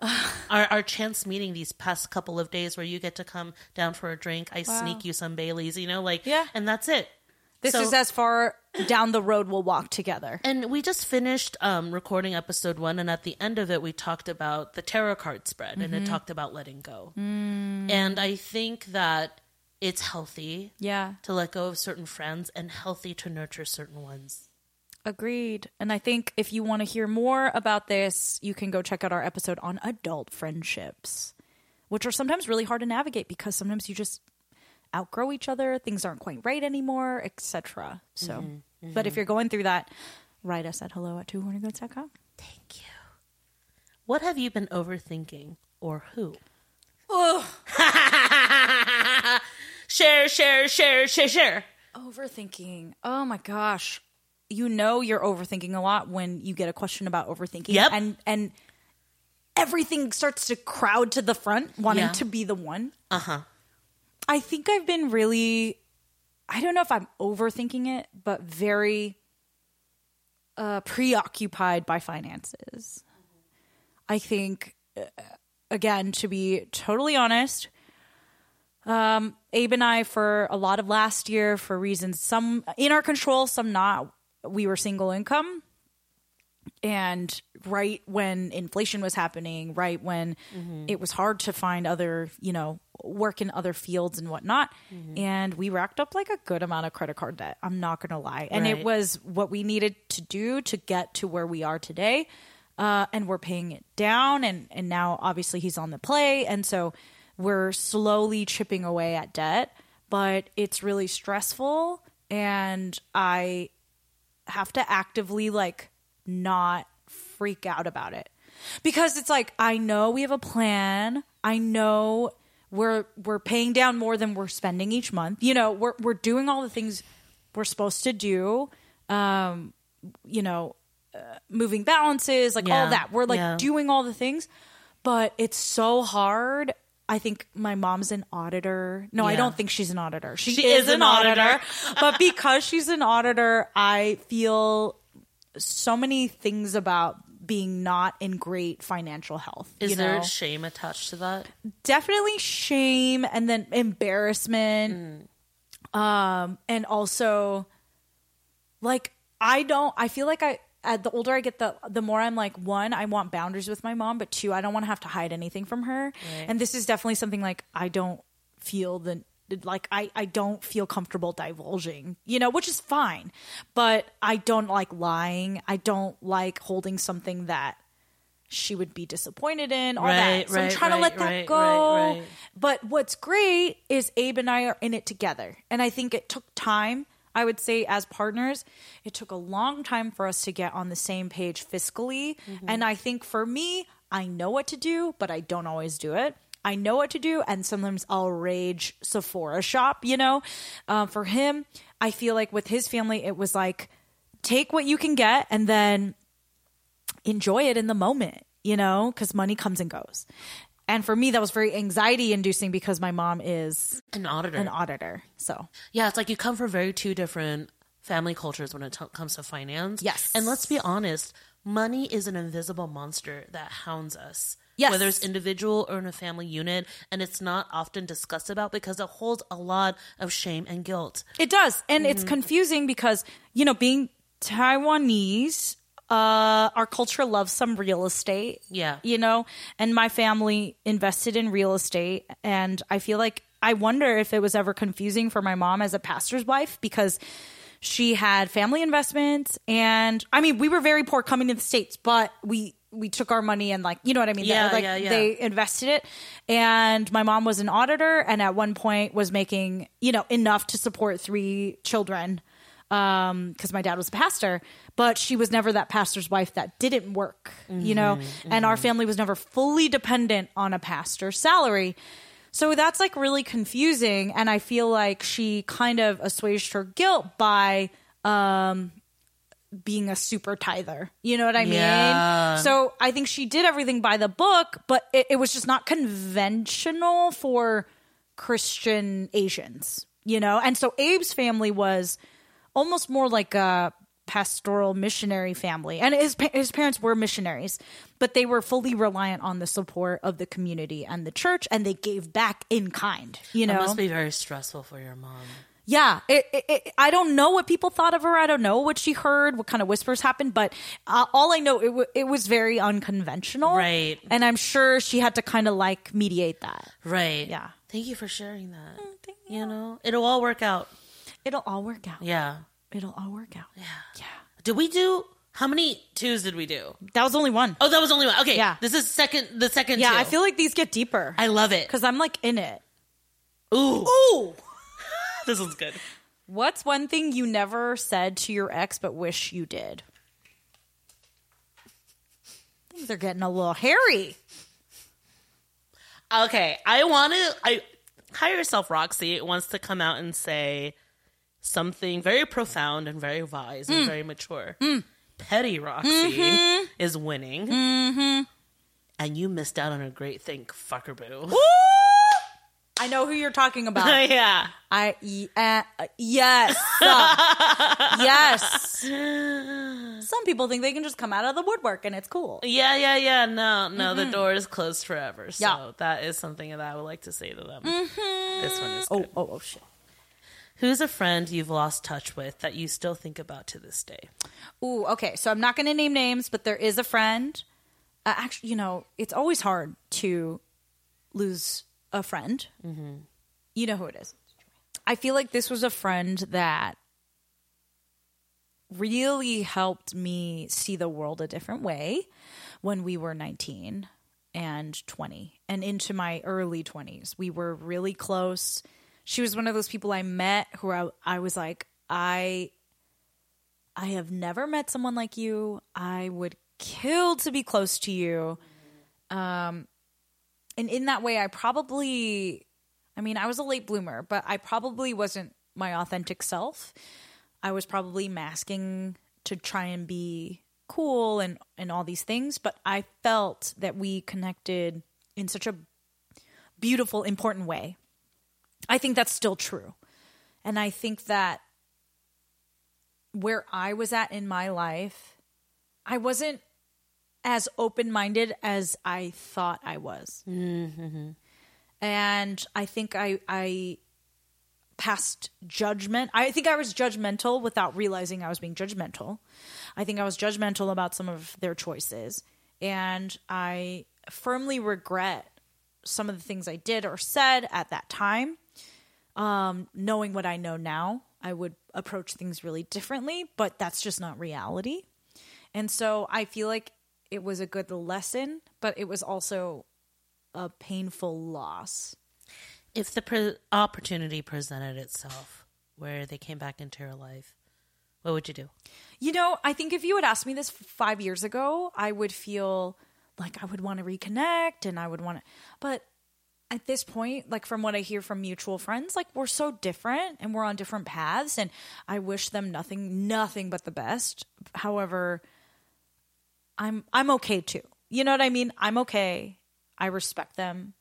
Speaker 1: our our chance meeting these past couple of days where you get to come down for a drink. I sneak you some Baileys, you know, like
Speaker 2: Yeah.
Speaker 1: and that's it.
Speaker 2: This
Speaker 1: So-
Speaker 2: is as far down the road we'll walk together.
Speaker 1: and we just finished um, recording episode one, and at the end of it, we talked about the tarot card spread, and it talked about letting go. And I think that it's healthy
Speaker 2: Yeah.
Speaker 1: to let go of certain friends, and healthy to nurture certain ones.
Speaker 2: Agreed. And I think if you want to hear more about this, you can go check out our episode on adult friendships, which are sometimes really hard to navigate because sometimes you just outgrow each other, things aren't quite right anymore, etc. So, but if you're going through that, write us at hello at two com.
Speaker 1: Thank you. What have you been overthinking, or who? share, share, share, share, share.
Speaker 2: Overthinking. Oh my gosh. You know you're overthinking a lot when you get a question about overthinking.
Speaker 1: Yep.
Speaker 2: And and everything starts to crowd to the front, wanting
Speaker 1: Yeah.
Speaker 2: to be the one.
Speaker 1: Uh huh.
Speaker 2: I think I've been really I don't know if I'm overthinking it, but very uh preoccupied by finances. I think uh, again to be totally honest, um Abe and I for a lot of last year for reasons some in our control, some not, we were single income and right when inflation was happening right when it was hard to find other you know work in other fields and whatnot and we racked up like a good amount of credit card debt i'm not gonna lie and it
Speaker 1: Right.
Speaker 2: was what we needed to do to get to where we are today uh, and we're paying it down and and now obviously he's on the play and so we're slowly chipping away at debt but it's really stressful and i have to actively like not freak out about it because it's like I know we have a plan. I know we're we're paying down more than we're spending each month. You know, we're we're doing all the things we're supposed to do. Um, you know, uh, moving balances, like all
Speaker 1: Yeah.
Speaker 2: that. We're like
Speaker 1: Yeah.
Speaker 2: doing all the things, but it's so hard. I think my mom's an auditor. No, I
Speaker 1: Yeah.
Speaker 2: don't think she's an auditor. She,
Speaker 1: She
Speaker 2: is,
Speaker 1: is an
Speaker 2: an
Speaker 1: auditor.
Speaker 2: auditor. but because she's an auditor, I feel so many things about being not in great financial health.
Speaker 1: Is
Speaker 2: you
Speaker 1: there
Speaker 2: know?
Speaker 1: shame attached to that?
Speaker 2: definitely shame and then embarrassment um and also like i don't i feel like i uh, the older i get the the more i'm like one i want boundaries with my mom but two i don't want to have to hide anything from her and this is definitely something like i don't feel the like I, I don't feel comfortable divulging you know which is fine but i don't like lying i don't like holding something that she would be disappointed in all
Speaker 1: Right,
Speaker 2: that so i'm
Speaker 1: right,
Speaker 2: trying to
Speaker 1: right,
Speaker 2: let that
Speaker 1: right,
Speaker 2: go
Speaker 1: right, right.
Speaker 2: but what's great is Abe and I are in it together. And I think it took time. I would say, as partners, it took a long time for us to get on the same page fiscally.
Speaker 1: Mm-hmm.
Speaker 2: And I think for me, I know what to do, but I don't always do it. I know what to do, and sometimes I'll rage Sephora shop, you know? Uh, for him, I feel like with his family, it was like, take what you can get and then enjoy it in the moment, you know, because money comes and goes. And for me, that was very anxiety inducing because my mom is
Speaker 1: An auditor.
Speaker 2: an auditor. So,
Speaker 1: yeah, it's like you come from very two different family cultures when it t- comes to finance.
Speaker 2: Yes.
Speaker 1: And let's be honest, money is an invisible monster that hounds us.
Speaker 2: Yes.
Speaker 1: Whether it's individual or in a family unit, and it's not often discussed about because it holds a lot of shame and guilt.
Speaker 2: It does, and it's confusing because you know, being Taiwanese, uh, our culture loves some real estate.
Speaker 1: Yeah.
Speaker 2: you know, and my family invested in real estate, and I feel like I wonder if it was ever confusing for my mom as a pastor's wife because she had family investments, and I mean, we were very poor coming to the states, but we. We took our money and like you know what I mean.
Speaker 1: Yeah,
Speaker 2: like
Speaker 1: yeah, yeah.
Speaker 2: they invested it and my mom was an auditor and at one point was making you know enough to support three children um because my dad was a pastor but she was never that pastor's wife that didn't work you know and our family was never fully dependent on a pastor's salary so that's like really confusing and i feel like she kind of assuaged her guilt by um, being a super tither. You know what I
Speaker 1: Yeah.
Speaker 2: mean? So I think she did everything by the book, but it, it was just not conventional for Christian Asians, you know? And so Abe's family was almost more like a pastoral missionary family. And his, pa- his parents were missionaries, but they were fully reliant on the support of the community and the church, and they gave back in kind, you know?
Speaker 1: It must be very stressful for your mom.
Speaker 2: Yeah, it, it, it, I don't know what people thought of her. I don't know what she heard, what kind of whispers happened, but uh, all I know it w- it was very unconventional,
Speaker 1: Right.
Speaker 2: And I'm sure she had to kind of like mediate that.
Speaker 1: Right.
Speaker 2: Yeah.
Speaker 1: Thank you for sharing that.
Speaker 2: thank
Speaker 1: you know, it'll all work out.
Speaker 2: It'll all work out.
Speaker 1: Yeah.
Speaker 2: It'll all work out. Yeah,
Speaker 1: Did we do how many twos did we do?
Speaker 2: that was only one.
Speaker 1: Oh, that was only one. Okay.
Speaker 2: Yeah.
Speaker 1: This is second the second
Speaker 2: yeah,
Speaker 1: two.
Speaker 2: I feel like these get deeper
Speaker 1: I love it.
Speaker 2: because I'm like in it.
Speaker 1: Ooh.
Speaker 2: Ooh,
Speaker 1: This is good.
Speaker 2: what's one thing you never said to your ex but wish you did? Things are getting a little hairy.
Speaker 1: Okay. I want to I higher yourself Roxy wants to come out and say something very profound and very wise
Speaker 2: Mm.
Speaker 1: and very mature. Petty Roxy is winning. Mm-hmm. And you missed out on a great thing, fucker boo.
Speaker 2: I know who you're talking about.
Speaker 1: yeah.
Speaker 2: I y- uh, uh, yes yes. Some people think they can just come out of the woodwork and it's cool.
Speaker 1: Yeah, yeah, yeah. No, no, the door is closed forever. So
Speaker 2: Yeah.
Speaker 1: that is something that I would like to say to them. This one is
Speaker 2: Oh
Speaker 1: good.
Speaker 2: oh oh shit.
Speaker 1: Who's a friend you've lost touch with that you still think about to this day?
Speaker 2: Ooh okay. So I'm not going to name names, but there is a friend. Uh, actually, you know, it's always hard to lose a friend. You know who it is. I feel like this was a friend that really helped me see the world a different way when we were 19 and 20 and into my early 20s. We were really close. She was one of those people I met who I, I was like, I I have never met someone like you. I would kill to be close to you. Um and in that way I probably I mean, I was a late bloomer, but I probably wasn't my authentic self. I was probably masking to try and be cool and and all these things but i felt that we connected in such a beautiful important way i think that's still true and i think that where i was at in my life i wasn't as open-minded as i thought i was and i think i i past judgment. I think I was judgmental without realizing I was being judgmental. I think I was judgmental about some of their choices. And I firmly regret some of the things I did or said at that time. Um, knowing what I know now, I would approach things really differently, but that's just not reality. And so I feel like it was a good lesson, but it was also a painful loss.
Speaker 1: if the pre- opportunity presented itself where they came back into your life, what would you do?
Speaker 2: You know, I think if you had asked me this f- five years ago, I would feel like I would want to reconnect and I would want to. But at this point, like from what I hear from mutual friends, like we're so different and we're on different paths. And I wish them nothing, nothing but the best. However, I'm I'm okay too. You know what I mean? I'm okay. I respect them.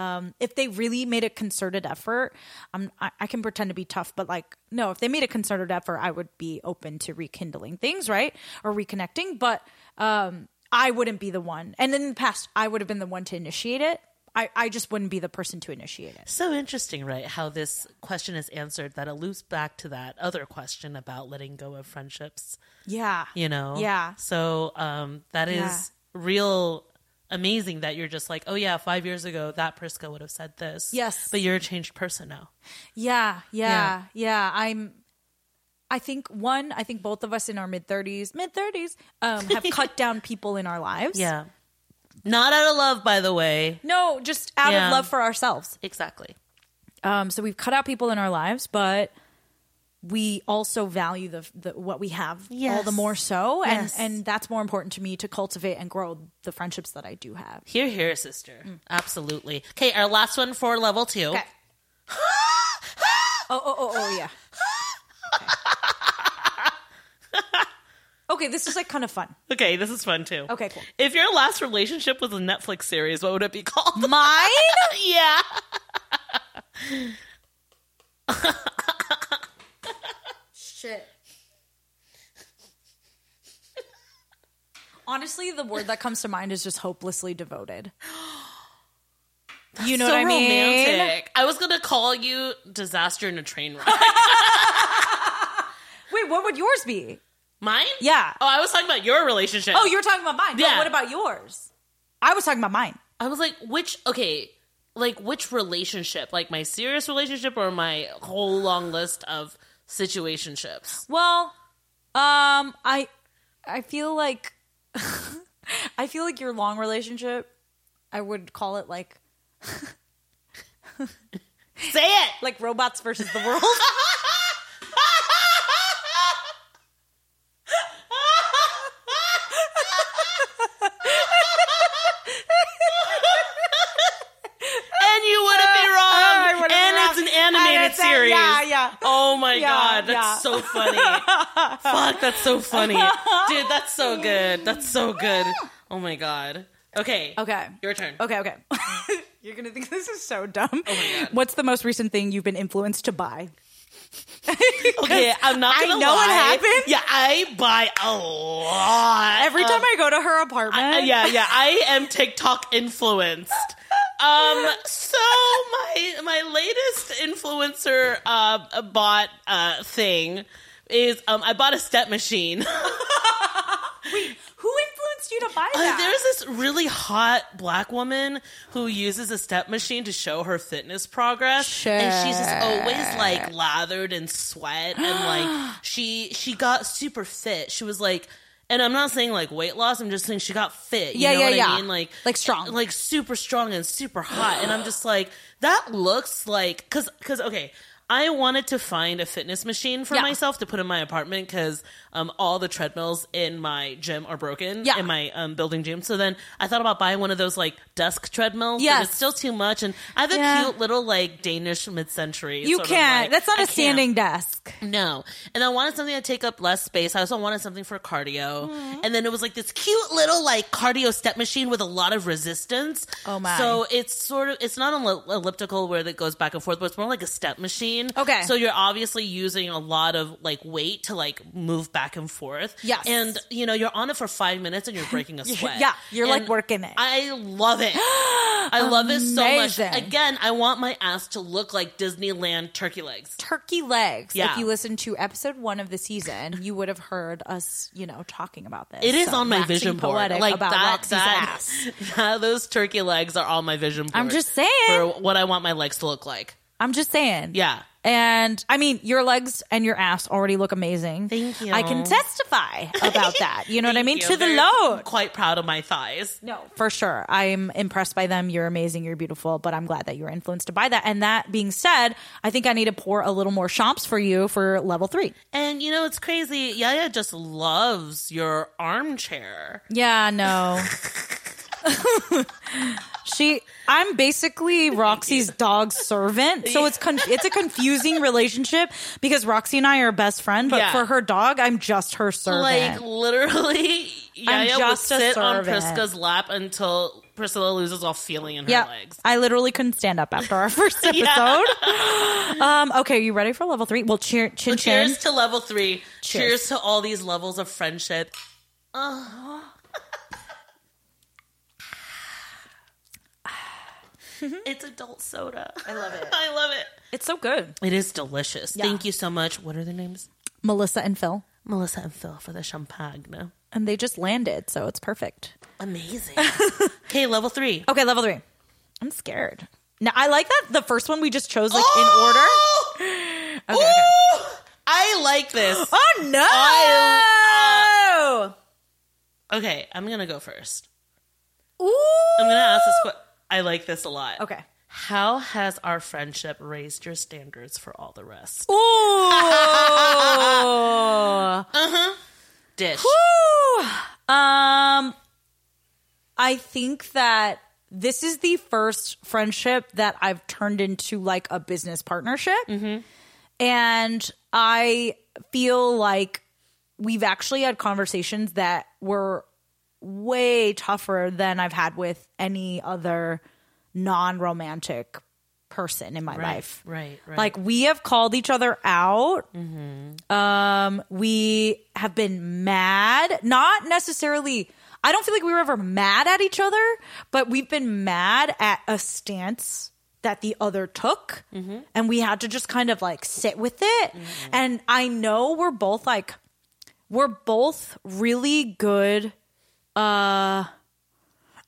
Speaker 2: Um, if they really made a concerted effort, I'm, I, I can pretend to be tough, but like, no, if they made a concerted effort, I would be open to rekindling things, right? Or reconnecting, but um, I wouldn't be the one. And in the past, I would have been the one to initiate it. I, I just wouldn't be the person to initiate it.
Speaker 1: So interesting, right? How this question is answered that it loops back to that other question about letting go of friendships,
Speaker 2: Yeah.
Speaker 1: you know?
Speaker 2: Yeah.
Speaker 1: So um, that is
Speaker 2: Yeah.
Speaker 1: real amazing that you're just like, oh, yeah, five years ago, that Prisca would have said this.
Speaker 2: Yes.
Speaker 1: But you're a changed person now.
Speaker 2: Yeah, yeah, yeah. I'm. I think one. I think both of us in our mid thirties, mid thirties, um, have cut down people in our lives.
Speaker 1: Yeah. Not out of love, by the way.
Speaker 2: No, just out
Speaker 1: Yeah.
Speaker 2: of love for ourselves.
Speaker 1: Exactly.
Speaker 2: Um, so we've cut out people in our lives, but we also value the, the what we have all
Speaker 1: Yes.
Speaker 2: the more so, and
Speaker 1: Yes.
Speaker 2: and that's more important to me to cultivate and grow the friendships that I do have.
Speaker 1: Here, here, sister. Absolutely. Okay, our last one for level two.
Speaker 2: Mm. Okay. oh, oh, oh, oh, yeah. Okay. okay, this is like kind of fun.
Speaker 1: Okay, this is fun too.
Speaker 2: Okay, cool.
Speaker 1: If your last relationship was a Netflix series, what would it be called?
Speaker 2: Mine?
Speaker 1: yeah.
Speaker 2: Shit. Honestly, the word that comes to mind is just hopelessly devoted. you know
Speaker 1: so
Speaker 2: what I mean?
Speaker 1: romantic. I was gonna call you disaster in a train ride.
Speaker 2: Wait, what would yours be?
Speaker 1: Mine?
Speaker 2: Yeah.
Speaker 1: Oh, I was talking about your relationship.
Speaker 2: Oh, you were talking about mine. No,
Speaker 1: Yeah.
Speaker 2: what about yours? I was talking about mine.
Speaker 1: I was like, which? Okay, like which relationship? Like my serious relationship or my whole long list of situationships?
Speaker 2: Well, um, I I feel like I feel like your long relationship. I would call it like
Speaker 1: Say it.
Speaker 2: like robots versus the world.
Speaker 1: and you wouldn't be wrong.
Speaker 2: I wouldn't be
Speaker 1: and
Speaker 2: wrong.
Speaker 1: it's an animated
Speaker 2: And Um, it's a-
Speaker 1: series.
Speaker 2: yeah, yeah.
Speaker 1: Oh my
Speaker 2: Yeah,
Speaker 1: god, that's
Speaker 2: yeah.
Speaker 1: so funny. Fuck, that's so funny, dude. That's so good. That's so good. Oh my god. Okay.
Speaker 2: Okay.
Speaker 1: Your turn.
Speaker 2: Okay, okay. Oh You're gonna think this is so dumb. What's the most recent thing you've been influenced to buy?
Speaker 1: Okay, I'm not.
Speaker 2: I
Speaker 1: Gonna
Speaker 2: know it
Speaker 1: lie.
Speaker 2: happened.
Speaker 1: Yeah, I buy a lot.
Speaker 2: Every time Um, I go to her apartment,
Speaker 1: Uh, yeah, yeah. I am TikTok influenced. Um, so my my latest influencer uh bought uh thing is um I bought a step machine.
Speaker 2: who influenced you to buy
Speaker 1: Uh,
Speaker 2: that?
Speaker 1: There's this really hot black woman who uses a step machine to show her fitness progress, and she's just always like lathered in sweat, and like she she got super fit. She was like, and I'm not saying like weight loss. I'm just saying she got fit. You
Speaker 2: Yeah,
Speaker 1: know
Speaker 2: yeah,
Speaker 1: what
Speaker 2: yeah.
Speaker 1: I mean? Like
Speaker 2: Like strong.
Speaker 1: like super strong and super hot. and I'm just like that looks like because because okay. I wanted to find a fitness machine for
Speaker 2: Yeah.
Speaker 1: myself to put in my apartment because um, all the treadmills in my gym are broken
Speaker 2: Yeah.
Speaker 1: in my um, building gym. So then I thought about buying one of those like desk treadmills. Yeah,
Speaker 2: Yes.
Speaker 1: it's still too much. And I have a
Speaker 2: Yeah.
Speaker 1: cute little like Danish mid-century.
Speaker 2: You
Speaker 1: sort of,
Speaker 2: can't.
Speaker 1: like-
Speaker 2: That's not
Speaker 1: I
Speaker 2: a
Speaker 1: can't.
Speaker 2: standing desk.
Speaker 1: No. And I wanted something to take up less space. I also wanted something for cardio. And then it was like this cute little like cardio step machine with a lot of resistance.
Speaker 2: Oh, my.
Speaker 1: So it's sort of it's not an el- elliptical where it goes back and forth, but it's more like a step machine.
Speaker 2: Okay.
Speaker 1: So you're obviously using a lot of like weight to like move back and forth.
Speaker 2: Yes.
Speaker 1: And you know, you're on it for five minutes and you're breaking a sweat.
Speaker 2: yeah, you're, like,
Speaker 1: And
Speaker 2: working it.
Speaker 1: I love it. I love it so much.
Speaker 2: Amazing.
Speaker 1: Again, I want my ass to look like Disneyland turkey legs.
Speaker 2: Turkey legs.
Speaker 1: Yeah.
Speaker 2: If you listen to episode one of the season, you would have heard us, you know, talking about this.
Speaker 1: It is
Speaker 2: So,
Speaker 1: on my
Speaker 2: waxing
Speaker 1: vision board.
Speaker 2: poetic
Speaker 1: Like
Speaker 2: about
Speaker 1: that,
Speaker 2: Roxy's
Speaker 1: that,
Speaker 2: ass.
Speaker 1: that- those turkey legs are on my vision board.
Speaker 2: I'm just saying.
Speaker 1: for what I want my legs to look like.
Speaker 2: I'm just saying.
Speaker 1: Yeah.
Speaker 2: And I mean, your legs and your ass already look amazing.
Speaker 1: Thank you.
Speaker 2: I can testify about that. You know what I mean?
Speaker 1: You
Speaker 2: To
Speaker 1: know,
Speaker 2: the
Speaker 1: they're-
Speaker 2: load.
Speaker 1: I'm quite proud of my thighs.
Speaker 2: No, for sure. I'm impressed by them. You're amazing. You're beautiful. But I'm glad that you were influenced by that. And that being said, I think I need to pour a little more chomps for you for level three.
Speaker 1: And you know it's crazy. Yaya just loves your armchair.
Speaker 2: Yeah, no. she, I'm basically Roxy's dog servant, so it's con- it's a confusing relationship because Roxy and I are best friend, but
Speaker 1: Yeah.
Speaker 2: for her dog, I'm just her
Speaker 1: Like
Speaker 2: servant.
Speaker 1: literally,
Speaker 2: I'm
Speaker 1: Yaya will
Speaker 2: just a
Speaker 1: sit on
Speaker 2: servant.
Speaker 1: Prisca's lap until Priscilla loses all feeling in her
Speaker 2: yeah,
Speaker 1: legs.
Speaker 2: I literally couldn't stand up after our first episode. um, okay, you ready for level three? Well, cheer, chin, chin.
Speaker 1: Cheers to level three. Cheers.
Speaker 2: Cheers.
Speaker 1: to all these levels of friendship. Uh-huh. Oh. it's adult soda. I love it. I love it.
Speaker 2: It's so good.
Speaker 1: It is delicious. Thank you so much. What are their names?
Speaker 2: Melissa and Phil,
Speaker 1: Melissa and Phil for the champagne.
Speaker 2: and they just landed, so it's perfect.
Speaker 1: Amazing. okay, level three.
Speaker 2: Okay, level three. I'm scared. Now I like that the first one we just chose like
Speaker 1: in order.
Speaker 2: in order. Okay, okay.
Speaker 1: I like this.
Speaker 2: Oh no!
Speaker 1: Okay, I'm gonna go first.
Speaker 2: Ooh.
Speaker 1: I'm gonna ask this. Qu- I like this a lot.
Speaker 2: Okay.
Speaker 1: How has our friendship raised your standards for all the rest?
Speaker 2: Ooh.
Speaker 1: Dish.
Speaker 2: Ooh. Um, I think that this is the first friendship that I've turned into like a business partnership, and I feel like we've actually had conversations that were way tougher than I've had with any other non-romantic person in my life.
Speaker 1: Right, right.
Speaker 2: Like we have called each other out. Um, we have been mad, not necessarily. I don't feel like we were ever mad at each other, but we've been mad at a stance that the other took, and we had to just kind of like sit with it. And I know we're both like, we're both really good. Uh,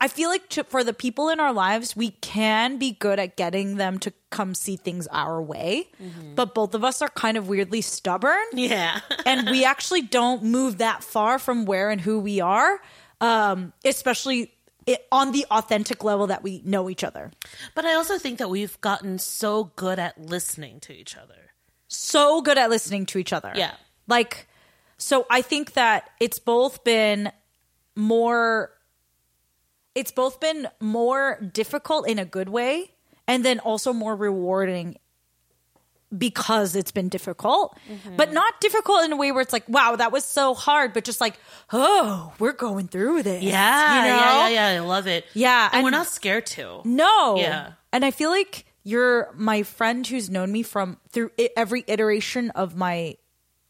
Speaker 2: I feel like to, for the people in our lives, we can be good at getting them to come see things our way, but both of us are kind of weirdly stubborn,
Speaker 1: yeah.
Speaker 2: and we actually don't move that far from where and who we are, um, especially it, on the authentic level that we know each other.
Speaker 1: but I also think that we've gotten so good at listening to each other.
Speaker 2: so good at listening to each other.
Speaker 1: Yeah.
Speaker 2: Like, so I think that it's both been more, it's both been more difficult in a good way and then also more rewarding because it's been difficult,
Speaker 1: Mm-hmm.
Speaker 2: but not difficult in a way where it's like, wow, that was so hard, but just like, oh, we're going through this.
Speaker 1: Yeah,
Speaker 2: You know?
Speaker 1: yeah, yeah, yeah. I love it.
Speaker 2: Yeah,
Speaker 1: and, we're
Speaker 2: and-
Speaker 1: not scared to.
Speaker 2: No.
Speaker 1: Yeah.
Speaker 2: And I feel like you're my friend who's known me from through i- every iteration of my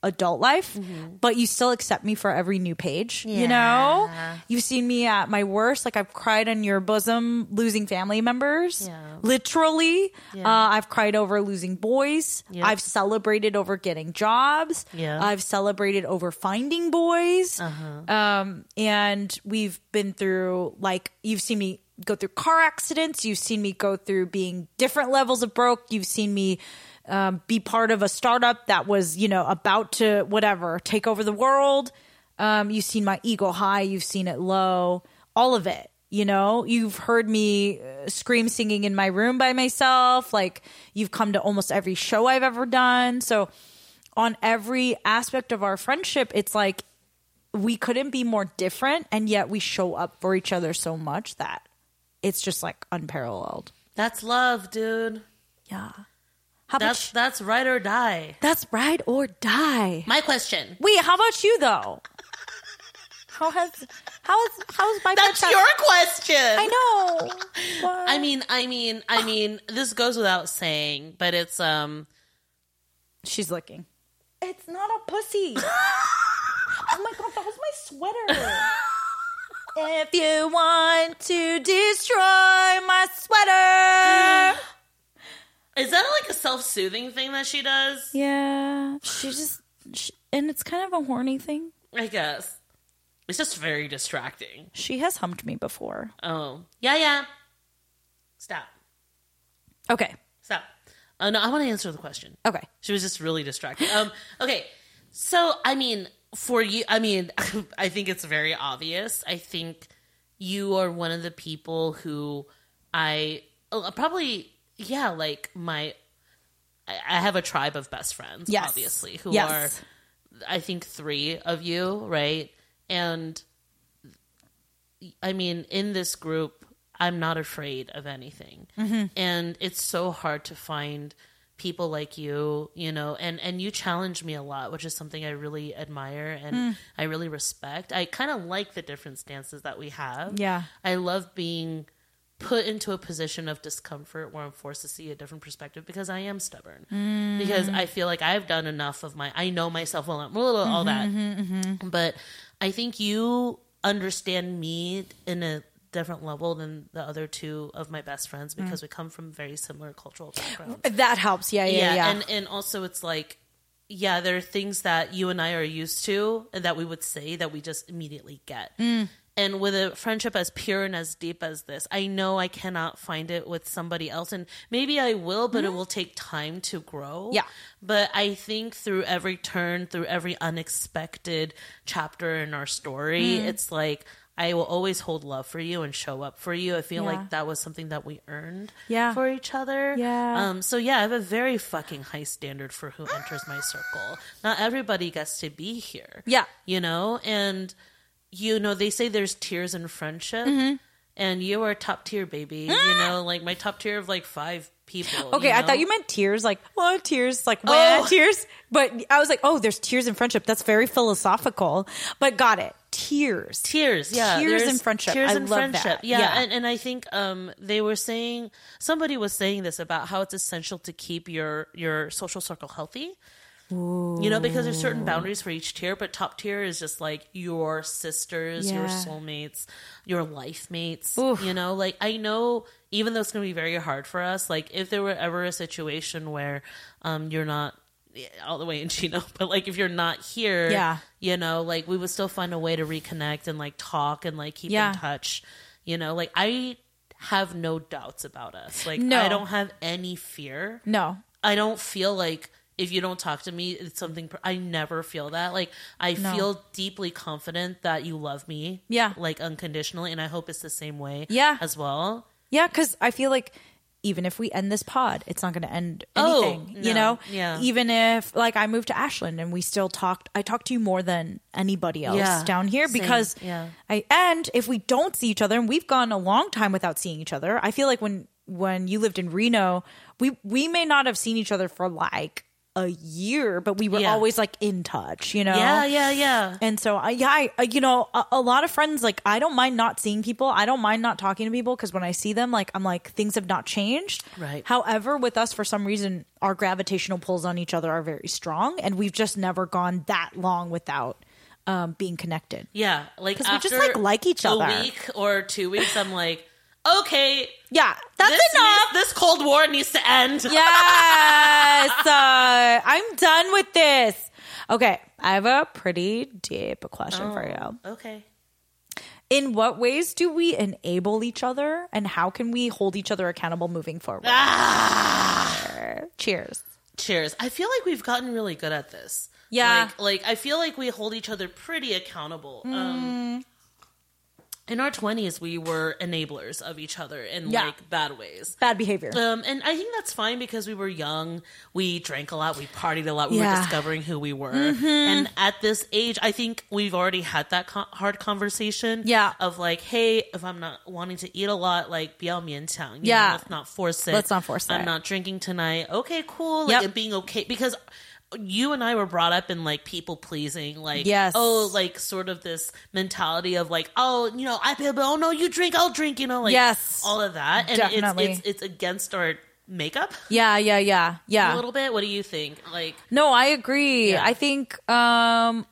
Speaker 2: adult life,
Speaker 1: Mm-hmm.
Speaker 2: but you still accept me for every new page. You know? You've seen me at my worst. Like I've cried on your bosom losing family members.
Speaker 1: Yeah.
Speaker 2: Literally. Uh, I've cried over losing boys.
Speaker 1: Yep.
Speaker 2: I've celebrated over getting jobs.
Speaker 1: Yeah.
Speaker 2: I've celebrated over finding boys. Um, and we've been through, like, you've seen me go through car accidents. You've seen me go through being different levels of broke. You've seen me um, be part of a startup that was, you know, about to whatever, take over the world. Um, you've seen my ego high. You've seen it low. All of it. You know, you've heard me uh, scream singing in my room by myself. Like, you've come to almost every show I've ever done. So, on every aspect of our friendship, it's like we couldn't be more different, and yet we show up for each other so much that it's just like unparalleled.
Speaker 1: That's love, dude.
Speaker 2: Yeah. How
Speaker 1: That's
Speaker 2: about you-
Speaker 1: that's right or die.
Speaker 2: that's ride or die.
Speaker 1: My question.
Speaker 2: Wait, how about you though? How has how is how's my
Speaker 1: That's
Speaker 2: podcast-
Speaker 1: your question.
Speaker 2: I know. What?
Speaker 1: I mean, I mean, I mean, this goes without saying, but it's um
Speaker 2: She's looking.
Speaker 3: It's not a pussy. oh
Speaker 2: Oh
Speaker 3: my god, that was my sweater.
Speaker 2: If you want to destroy my sweater.
Speaker 1: is that like a self-soothing thing that she does?
Speaker 2: Yeah. She just she, and it's kind of a horny thing.
Speaker 1: I guess. It's just very distracting.
Speaker 2: She has humped me before.
Speaker 1: Oh. Yeah, yeah. Stop.
Speaker 2: Okay.
Speaker 1: Stop. Oh no, I want to answer the question.
Speaker 2: Okay.
Speaker 1: She was just really distracted. Um, okay, so I mean, for you, I mean, I think it's very obvious. I think you are one of the people who I oh, probably yeah, like my. I I have a tribe of best friends,
Speaker 2: Yes.
Speaker 1: obviously, who
Speaker 2: Yes.
Speaker 1: are, I think, three of you, right? And I mean, in this group, I'm not afraid of anything, and it's so hard to find people like you, you know. And and you challenge me a lot, which is something I really admire and I really respect. I kind of like the different stances that we have.
Speaker 2: Yeah.
Speaker 1: I love being put into a position of discomfort where I'm forced to see a different perspective because I am stubborn. Because I feel like I've done enough of my, I know myself well, all that but I think you understand me in a different level than the other two of my best friends because we come from very similar cultural backgrounds.
Speaker 2: That helps. Yeah, yeah, yeah.
Speaker 1: and and also it's like yeah, there are things that you and I are used to and that we would say that we just immediately get.
Speaker 2: Mm.
Speaker 1: And with a friendship as pure and as deep as this, I know I cannot find it with somebody else. And maybe I will, but it will take time to grow.
Speaker 2: Mm-hmm. Yeah.
Speaker 1: But I think through every turn, through every unexpected chapter in our story,
Speaker 2: Mm.
Speaker 1: it's like I will always hold love for you and show up for you. I feel
Speaker 2: Yeah.
Speaker 1: like that was something that we earned
Speaker 2: Yeah.
Speaker 1: for each other.
Speaker 2: Yeah.
Speaker 1: Um, so yeah, I have a very fucking high standard for who enters my circle. Not everybody gets to be here.
Speaker 2: Yeah.
Speaker 1: You know, and you know, they say there's tiers in friendship
Speaker 2: Mm-hmm.
Speaker 1: and you are top tier, baby. You know, like my top tier of like five people.
Speaker 2: Ah! Okay, I
Speaker 1: know?
Speaker 2: thought you meant tears, like oh tears, like well
Speaker 1: Oh.
Speaker 2: tears. But I was like, oh, there's tears in friendship. That's very philosophical. But got it, tears.
Speaker 1: tears yeah
Speaker 2: Tears
Speaker 1: there's
Speaker 2: in friendship.
Speaker 1: tears
Speaker 2: I
Speaker 1: in
Speaker 2: love
Speaker 1: friendship
Speaker 2: that.
Speaker 1: yeah,
Speaker 2: Yeah.
Speaker 1: And, and i think um they were saying somebody was saying this about how it's essential to keep your your social circle healthy you know because there's certain boundaries for each tier but top tier is just like your sisters your
Speaker 2: Yeah.
Speaker 1: soulmates your life mates
Speaker 2: Oof.
Speaker 1: you know like i know even though it's going to be very hard for us like if there were ever a situation where um you're not yeah, all the way in Chino, but like if you're not here,
Speaker 2: Yeah.
Speaker 1: you know, like we would still find a way to reconnect and like talk and like keep
Speaker 2: Yeah.
Speaker 1: in touch. You know, like I have no doubts about us. Like
Speaker 2: No.
Speaker 1: I don't have any fear.
Speaker 2: No,
Speaker 1: I don't feel like if you don't talk to me, it's something per- I never feel that. Like I
Speaker 2: No.
Speaker 1: feel deeply confident that you love me.
Speaker 2: Yeah.
Speaker 1: Like unconditionally. And I hope it's the same way.
Speaker 2: Yeah.
Speaker 1: As well.
Speaker 2: yeah, because I feel like even if we end this pod, it's not going to end
Speaker 1: Oh,
Speaker 2: anything. you
Speaker 1: no.
Speaker 2: know,
Speaker 1: Yeah.
Speaker 2: Even if like I moved to Ashland and we still talked, I talked to you more than anybody else
Speaker 1: Yeah.
Speaker 2: down here
Speaker 1: Same.
Speaker 2: because
Speaker 1: Yeah.
Speaker 2: I and if we don't see each other and we've gone a long time without seeing each other, I feel like when when you lived in Reno, we we may not have seen each other for like a year, but we were
Speaker 1: Yeah.
Speaker 2: always like in touch, you know.
Speaker 1: Yeah. Yeah. Yeah.
Speaker 2: And so I, yeah, I, I- you know, a, a lot of friends, like, I don't mind not seeing people. I don't mind not talking to people because when I see them, like, I'm like, things have not changed.
Speaker 1: Right.
Speaker 2: However, with us, for some reason, our gravitational pulls on each other are very strong. And we've just never gone that long without um, being connected.
Speaker 1: Yeah, like
Speaker 2: 'Cause we just,
Speaker 1: after
Speaker 2: like, like each other.
Speaker 1: A week or two weeks, I'm like, okay,
Speaker 2: Yeah. That's
Speaker 1: this,
Speaker 2: enough.
Speaker 1: needs- this Cold War needs to end.
Speaker 2: Yes. Uh, I'm done with this. Okay. I have a pretty deep question for
Speaker 1: Oh.
Speaker 2: you.
Speaker 1: Okay.
Speaker 2: In what ways do we enable each other and how can we hold each other accountable moving forward?
Speaker 1: Ah!
Speaker 2: Cheers.
Speaker 1: Cheers. I feel like we've gotten really good at this.
Speaker 2: Yeah. Mm.
Speaker 1: Like, like I feel like we hold each other pretty accountable. Um, in our 20s we were enablers of each other in
Speaker 2: Yeah.
Speaker 1: like bad ways
Speaker 2: Bad behavior.
Speaker 1: um, and I think that's fine because we were young. We drank a lot. We partied a lot. We
Speaker 2: Yeah. Mm-hmm.
Speaker 1: were discovering who we were. And at this age, I think we've already had that co- hard conversation.
Speaker 2: Yeah.
Speaker 1: Of like, hey, if I'm not wanting to eat a lot, like, be on Mientang. You
Speaker 2: Yeah.
Speaker 1: Know, let's not force it.
Speaker 2: Let's not force
Speaker 1: I'm
Speaker 2: that.
Speaker 1: not drinking tonight. Okay, cool. Like,
Speaker 2: Yep.
Speaker 1: it being okay. Because you and I were brought up in like people pleasing, like,
Speaker 2: Yes.
Speaker 1: oh, like sort of this mentality of like, oh, you know, I pay a bill. Oh, no, you drink, I'll drink, you know, like,
Speaker 2: Yes.
Speaker 1: all of that. And
Speaker 2: Definitely.
Speaker 1: It's, it's, it's against our makeup
Speaker 2: yeah, yeah, yeah, yeah.
Speaker 1: a little bit. What do you think? Like,
Speaker 2: No, I agree.
Speaker 1: Yeah.
Speaker 2: I think um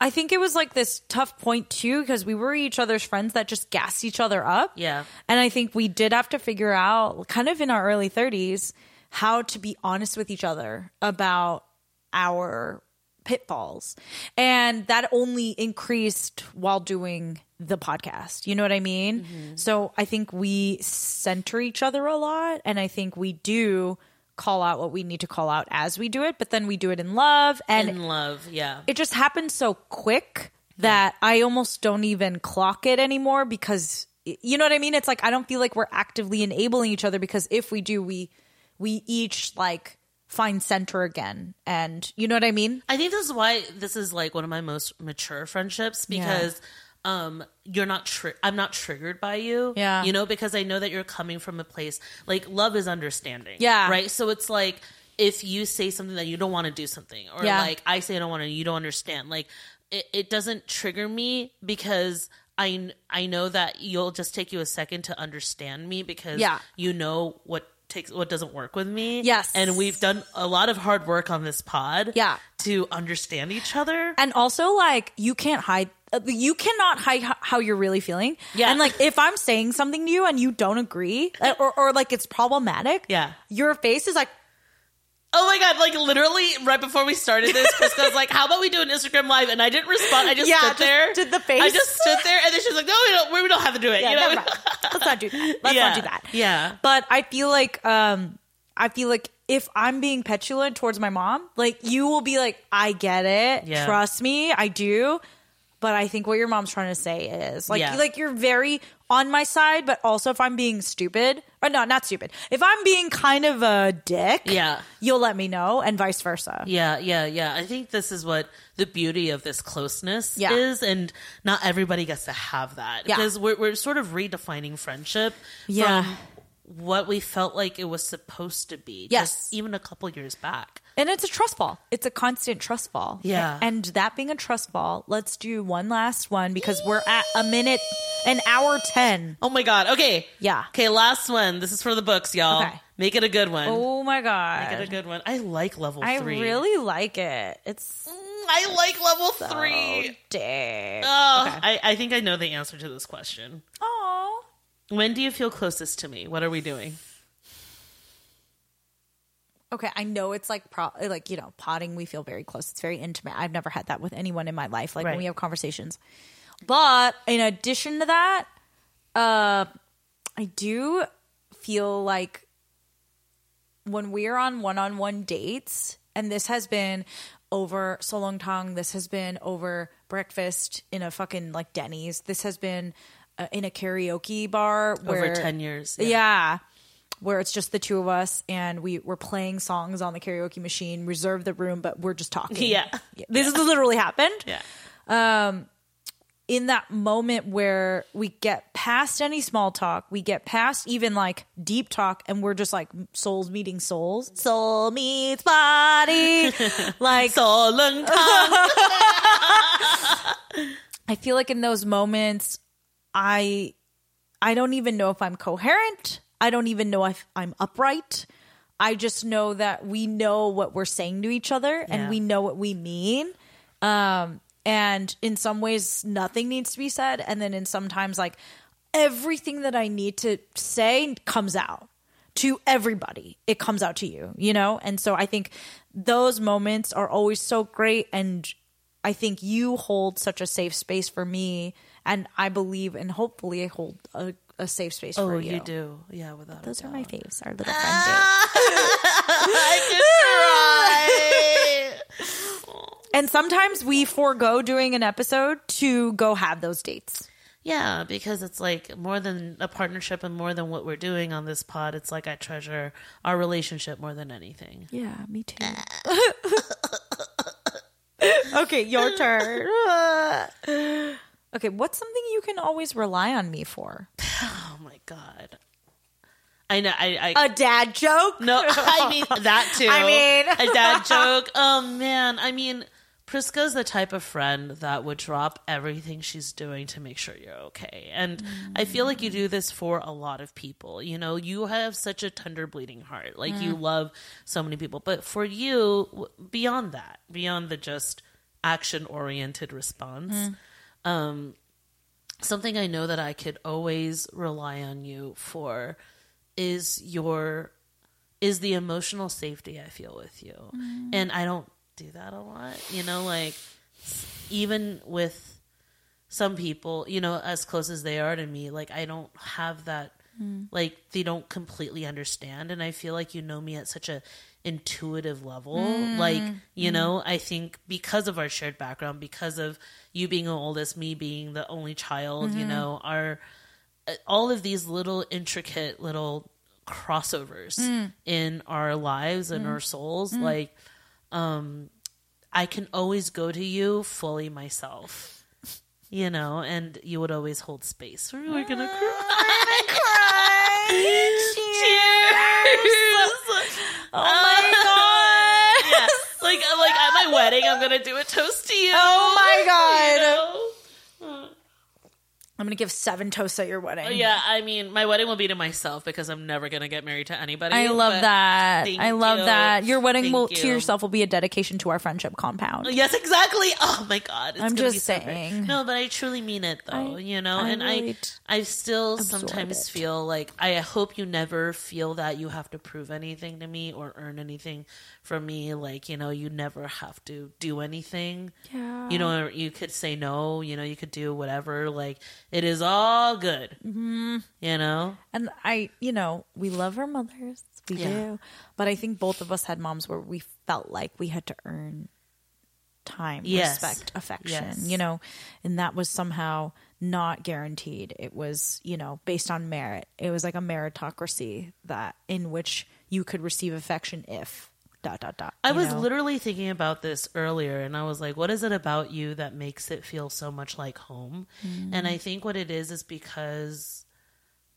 Speaker 2: I think it was like this tough point too because we were each other's friends that just gassed each other up.
Speaker 1: Yeah.
Speaker 2: And I think we did have to figure out kind of in our early 30s how to be honest with each other about our pitfalls. And that only increased while doing the podcast. You know what I mean? So I think we center each other a lot. And I think we do call out what we need to call out as we do it, but then we do it in love. And
Speaker 1: in love, yeah.
Speaker 2: it just happened so quick that I almost don't even clock it anymore because you know what I mean? It's like I don't feel like we're actively enabling each other because if we do, we we each like find center again. And you know what I mean?
Speaker 1: I think this is why this is like one of my most mature friendships because um you're not tri- I'm not triggered by you.
Speaker 2: Yeah.
Speaker 1: You know because I know that you're coming from a place like love is understanding.
Speaker 2: Yeah.
Speaker 1: Right? So it's like if you say something that you don't want to do something or
Speaker 2: Yeah.
Speaker 1: like I say I don't want to you don't understand like it, it doesn't trigger me because I, kn- I know that you'll just take you a second to understand me because
Speaker 2: Yeah.
Speaker 1: you know what takes what doesn't work with me
Speaker 2: Yes.
Speaker 1: and we've done a lot of hard work on this pod
Speaker 2: Yeah.
Speaker 1: to understand each other.
Speaker 2: And also like you can't hide uh, you cannot hide ho- how you're really feeling.
Speaker 1: Yeah.
Speaker 2: And like if I'm saying something to you and you don't agree uh, or, or like it's problematic,
Speaker 1: Yeah.
Speaker 2: your face is like,
Speaker 1: Oh my god! Like literally, right before we started this, Krista was like, "How about we do an Instagram live?" And I didn't respond. I just
Speaker 2: Yeah,
Speaker 1: stood
Speaker 2: just
Speaker 1: there.
Speaker 2: did the face.
Speaker 1: I just stood there, and then she's like, "No, we don't. We don't have to do it."
Speaker 2: yeah,
Speaker 1: you know?
Speaker 2: never mind. Let's not do that. Let's
Speaker 1: Yeah.
Speaker 2: not do that.
Speaker 1: Yeah.
Speaker 2: But I feel like um I feel like if I'm being petulant towards my mom, like you will be like, I get it.
Speaker 1: Yeah.
Speaker 2: Trust me, I do. But I think what your mom's trying to say is like
Speaker 1: Yeah.
Speaker 2: like you're very on my side, but also if I'm being stupid or no, not stupid. If I'm being kind of a dick,
Speaker 1: Yeah.
Speaker 2: you'll let me know and vice versa.
Speaker 1: Yeah, yeah, yeah. I think this is what the beauty of this closeness
Speaker 2: Yeah.
Speaker 1: is, and not everybody gets to have that
Speaker 2: Yeah.
Speaker 1: because we're we're sort of redefining friendship.
Speaker 2: Yeah.
Speaker 1: From what we felt like it was supposed to be.
Speaker 2: Yes.
Speaker 1: just even a couple years back.
Speaker 2: And it's a trust fall. It's a constant trust fall.
Speaker 1: Yeah.
Speaker 2: And that being a trust fall, let's do one last one because we're at a minute, an hour 10.
Speaker 1: Oh my god. Okay.
Speaker 2: Yeah.
Speaker 1: Okay, last one. This is for the books, y'all.
Speaker 2: Okay.
Speaker 1: Make it a good one.
Speaker 2: Oh my
Speaker 1: Make it a
Speaker 2: God.
Speaker 1: good one. I like level
Speaker 2: I
Speaker 1: three.
Speaker 2: really like it. It's
Speaker 1: Mm, I like level
Speaker 2: so
Speaker 1: three.
Speaker 2: dick.
Speaker 1: Oh, I, I think I know the answer to this question.
Speaker 2: Aw.
Speaker 1: When do you feel closest to me? What are we doing?
Speaker 2: Okay, I know it's like pro- like you know, potting we feel very close. It's very intimate. I've never had that with anyone in my life like when
Speaker 1: Right.
Speaker 2: we have conversations. But in addition to that, uh I do feel like when we're on one-on-one dates and this has been over so long tong this has been over breakfast in a fucking like denny's this has been uh, in a karaoke bar where
Speaker 1: Over 10 years.
Speaker 2: yeah. Where it's just the two of us and we, we're playing songs on the karaoke machine, reserve the room, but we're just talking.
Speaker 1: Yeah.
Speaker 2: This has literally happened.
Speaker 1: Yeah.
Speaker 2: In that moment where we get past any small talk, we get past even like deep talk, and we're just like souls meeting souls. Soul meets body. like
Speaker 1: So
Speaker 2: Oh,
Speaker 1: long time.
Speaker 2: I feel like in those moments, I I don't even know if I'm coherent. I don't even know if I'm upright. I just know that we know what we're saying to each other
Speaker 1: Yeah.
Speaker 2: and we know what we mean. Um, and in some ways, nothing needs to be said, and then in sometimes, like everything that I need to say comes out to everybody. It comes out to you, you know. And so I think those moments are always so great, and I think you hold such a safe space for me, and I believe and hopefully I hold a, a safe space
Speaker 1: oh,
Speaker 2: for
Speaker 1: you. Ah! do. Yeah, without
Speaker 2: Those
Speaker 1: a
Speaker 2: are
Speaker 1: doubt.
Speaker 2: my faves. Our little friend date.
Speaker 1: I could cry.
Speaker 2: And sometimes we forego doing an episode to go have those dates.
Speaker 1: Yeah, because it's like more than a partnership and more than what we're doing on this pod. It's like I treasure our relationship more than anything.
Speaker 2: Yeah, me too. okay, your turn. okay, what's something you can always rely on me for?
Speaker 1: Oh my god. I know. I, I
Speaker 2: A dad joke?
Speaker 1: no. I mean that too.
Speaker 2: I mean-
Speaker 1: a dad joke. Oh man. I mean, Priska's the type of friend that would drop everything she's doing to make sure you're okay. And I feel like you do this for a lot of people. You know, you have such a tender, bleeding heart. Like you
Speaker 2: Mm.
Speaker 1: love so many people, but for you, w- beyond that, beyond the just action-oriented response.
Speaker 2: Mm.
Speaker 1: Um, something I know that I could always rely on you for is your is the emotional safety I feel with you. And I don't do that a lot. You know, like s- even with some people, you know, as close as they are to me, like I don't have that like they don't completely understand and I feel like you know me at such a intuitive level. Like, you know, I think because of our shared background, because of you being the oldest, me being the only child, you know, our uh, all of these little intricate little crossovers in our lives and our souls like um i can always go to you fully myself you know and you would always hold space we're gonna Mm, cry Cheers. oh my god like like at my wedding i'm gonna do a toast to you
Speaker 2: Oh my God.
Speaker 1: You know?
Speaker 2: I'm going to give seven toasts at your wedding.
Speaker 1: Oh, Yeah, I mean, my wedding will be to myself because I'm never gonna get married to anybody.
Speaker 2: I love
Speaker 1: but-
Speaker 2: that.
Speaker 1: Thank
Speaker 2: I love
Speaker 1: you.
Speaker 2: that. Your wedding
Speaker 1: Thank
Speaker 2: will to
Speaker 1: you.
Speaker 2: yourself will be a dedication to our friendship compound.
Speaker 1: Yes, exactly. Oh my god, it's
Speaker 2: I'm
Speaker 1: gonna
Speaker 2: just
Speaker 1: be so great.
Speaker 2: saying.
Speaker 1: No, but I truly mean it though.
Speaker 2: I-
Speaker 1: you know,
Speaker 2: I
Speaker 1: and
Speaker 2: really t-
Speaker 1: I, I still sometimes
Speaker 2: it.
Speaker 1: feel like I hope you never feel that you have to prove anything to me or earn anything from me. Like you know, you never have to do anything.
Speaker 2: Yeah.
Speaker 1: You know, or you could say no. You know, you could do whatever. Like it is all good. Mm-hmm. You know.
Speaker 2: And I, you know, we love our mothers. We
Speaker 1: Yeah.
Speaker 2: do. But I think both of us had moms where we felt like we had to earn time,
Speaker 1: Yes.
Speaker 2: respect, affection,
Speaker 1: Yes.
Speaker 2: you know, and that was somehow not guaranteed. It was, you know, based on merit. It was like a meritocracy that in which you could receive affection if dot dot dot.
Speaker 1: I
Speaker 2: you
Speaker 1: was
Speaker 2: know?
Speaker 1: literally thinking about this earlier and I was like, what is it about you that makes it feel so much like home? And
Speaker 2: Mm.
Speaker 1: I think what it is is because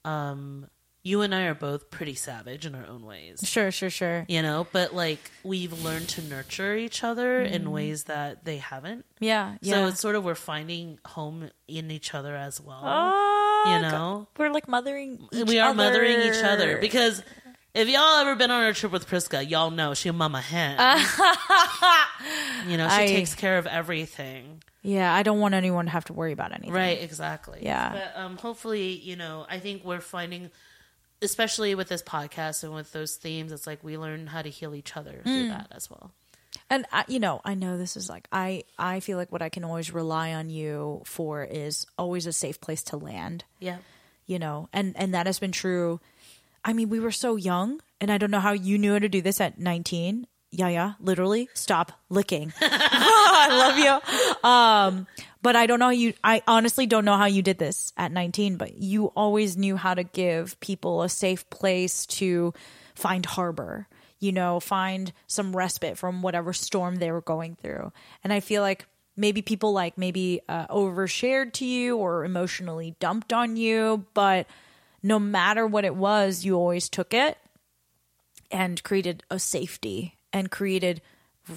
Speaker 1: um you and I are both pretty savage in our own ways.
Speaker 2: Sure, sure, sure.
Speaker 1: You know, but like we've learned to nurture each other in ways that they haven't.
Speaker 2: Yeah. Mm-hmm. Yeah.
Speaker 1: So it's sort of we're finding home in each other as well.
Speaker 2: Oh,
Speaker 1: you
Speaker 2: God.
Speaker 1: know?
Speaker 2: We're like mothering each
Speaker 1: we are
Speaker 2: other.
Speaker 1: mothering each other because if y'all ever been on a trip with Priska, y'all know she a mama hen. you know, she
Speaker 2: I-
Speaker 1: takes care of everything.
Speaker 2: Yeah, I don't want anyone to have to worry about anything.
Speaker 1: Right, exactly.
Speaker 2: Yeah.
Speaker 1: But um, hopefully, you know, I think we're finding, especially with this podcast and with those themes, it's like we learn how to heal each other
Speaker 2: Mm.
Speaker 1: through that as well.
Speaker 2: and I, you know i know this is like i i feel like what i can always rely on you for is always a safe place to land
Speaker 1: Yeah.
Speaker 2: you know and and that has been true i mean we were so young and i don't know how you knew how to do this at 19 yeah yeah literally stop licking i love you um but i don't know how you i honestly don't know how you did this at 19 but you always knew how to give people a safe place to find harbor you know find some respite from whatever storm they were going through and i feel like maybe people like maybe uh, overshared to you or emotionally dumped on you but no matter what it was you always took it and created a safety and created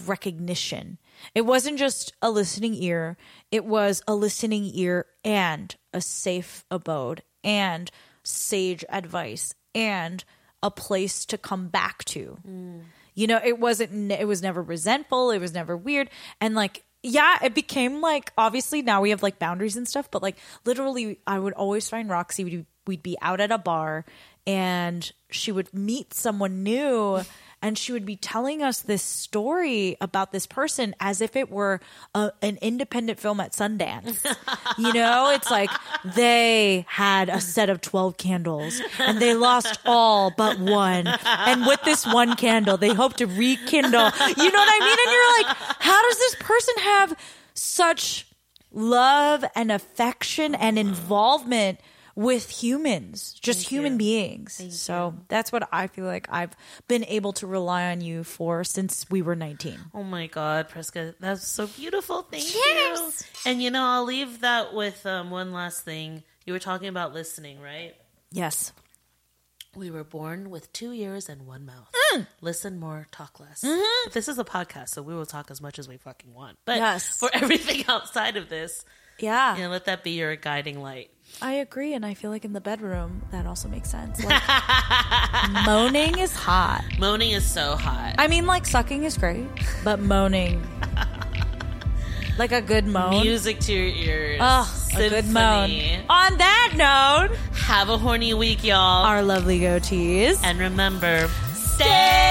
Speaker 2: recognition it wasn't just a listening ear it was a listening ear and a safe abode and sage advice and a place to come back to you know, it wasn't, it was never resentful. It was never weird. And like, yeah, it became like, obviously now we have like boundaries and stuff, but like literally I would always find Roxy. We'd, we'd be out at a bar and she would meet someone new and she would be telling us this story about this person as if it were a, an independent film at Sundance. You know, it's like they had a set of 12 candles and they lost all but one. And with this one candle, they hope to rekindle. You know what I mean? And you're like, how does this person have such love and affection and involvement with humans, just human beings. so that's what I feel like I've been able to rely on you for since we were 19.
Speaker 1: Oh my God, Prisca, that's so beautiful. Thank
Speaker 2: Cheers.
Speaker 1: you. And you know, I'll leave that with um, one last thing. You were talking about listening, right?
Speaker 2: Yes.
Speaker 1: We were born with two ears and one mouth.
Speaker 2: Mm.
Speaker 1: Listen more, talk less.
Speaker 2: Mm-hmm.
Speaker 1: But This is a podcast, so we will talk as much as we fucking want. But
Speaker 2: Yes.
Speaker 1: for everything outside of this,
Speaker 2: Yeah.
Speaker 1: you know, let that be your guiding light.
Speaker 2: I agree. And I feel like in the bedroom, that also makes sense. Like, moaning is hot.
Speaker 1: Moaning is so hot.
Speaker 2: I mean, like, sucking is great, but moaning. like a good moan.
Speaker 1: Music to your ears.
Speaker 2: Ugh, a good moan.
Speaker 1: Symphony.
Speaker 2: On that note,
Speaker 1: Have a horny week, y'all.
Speaker 2: our lovely goatees.
Speaker 1: and remember, stay.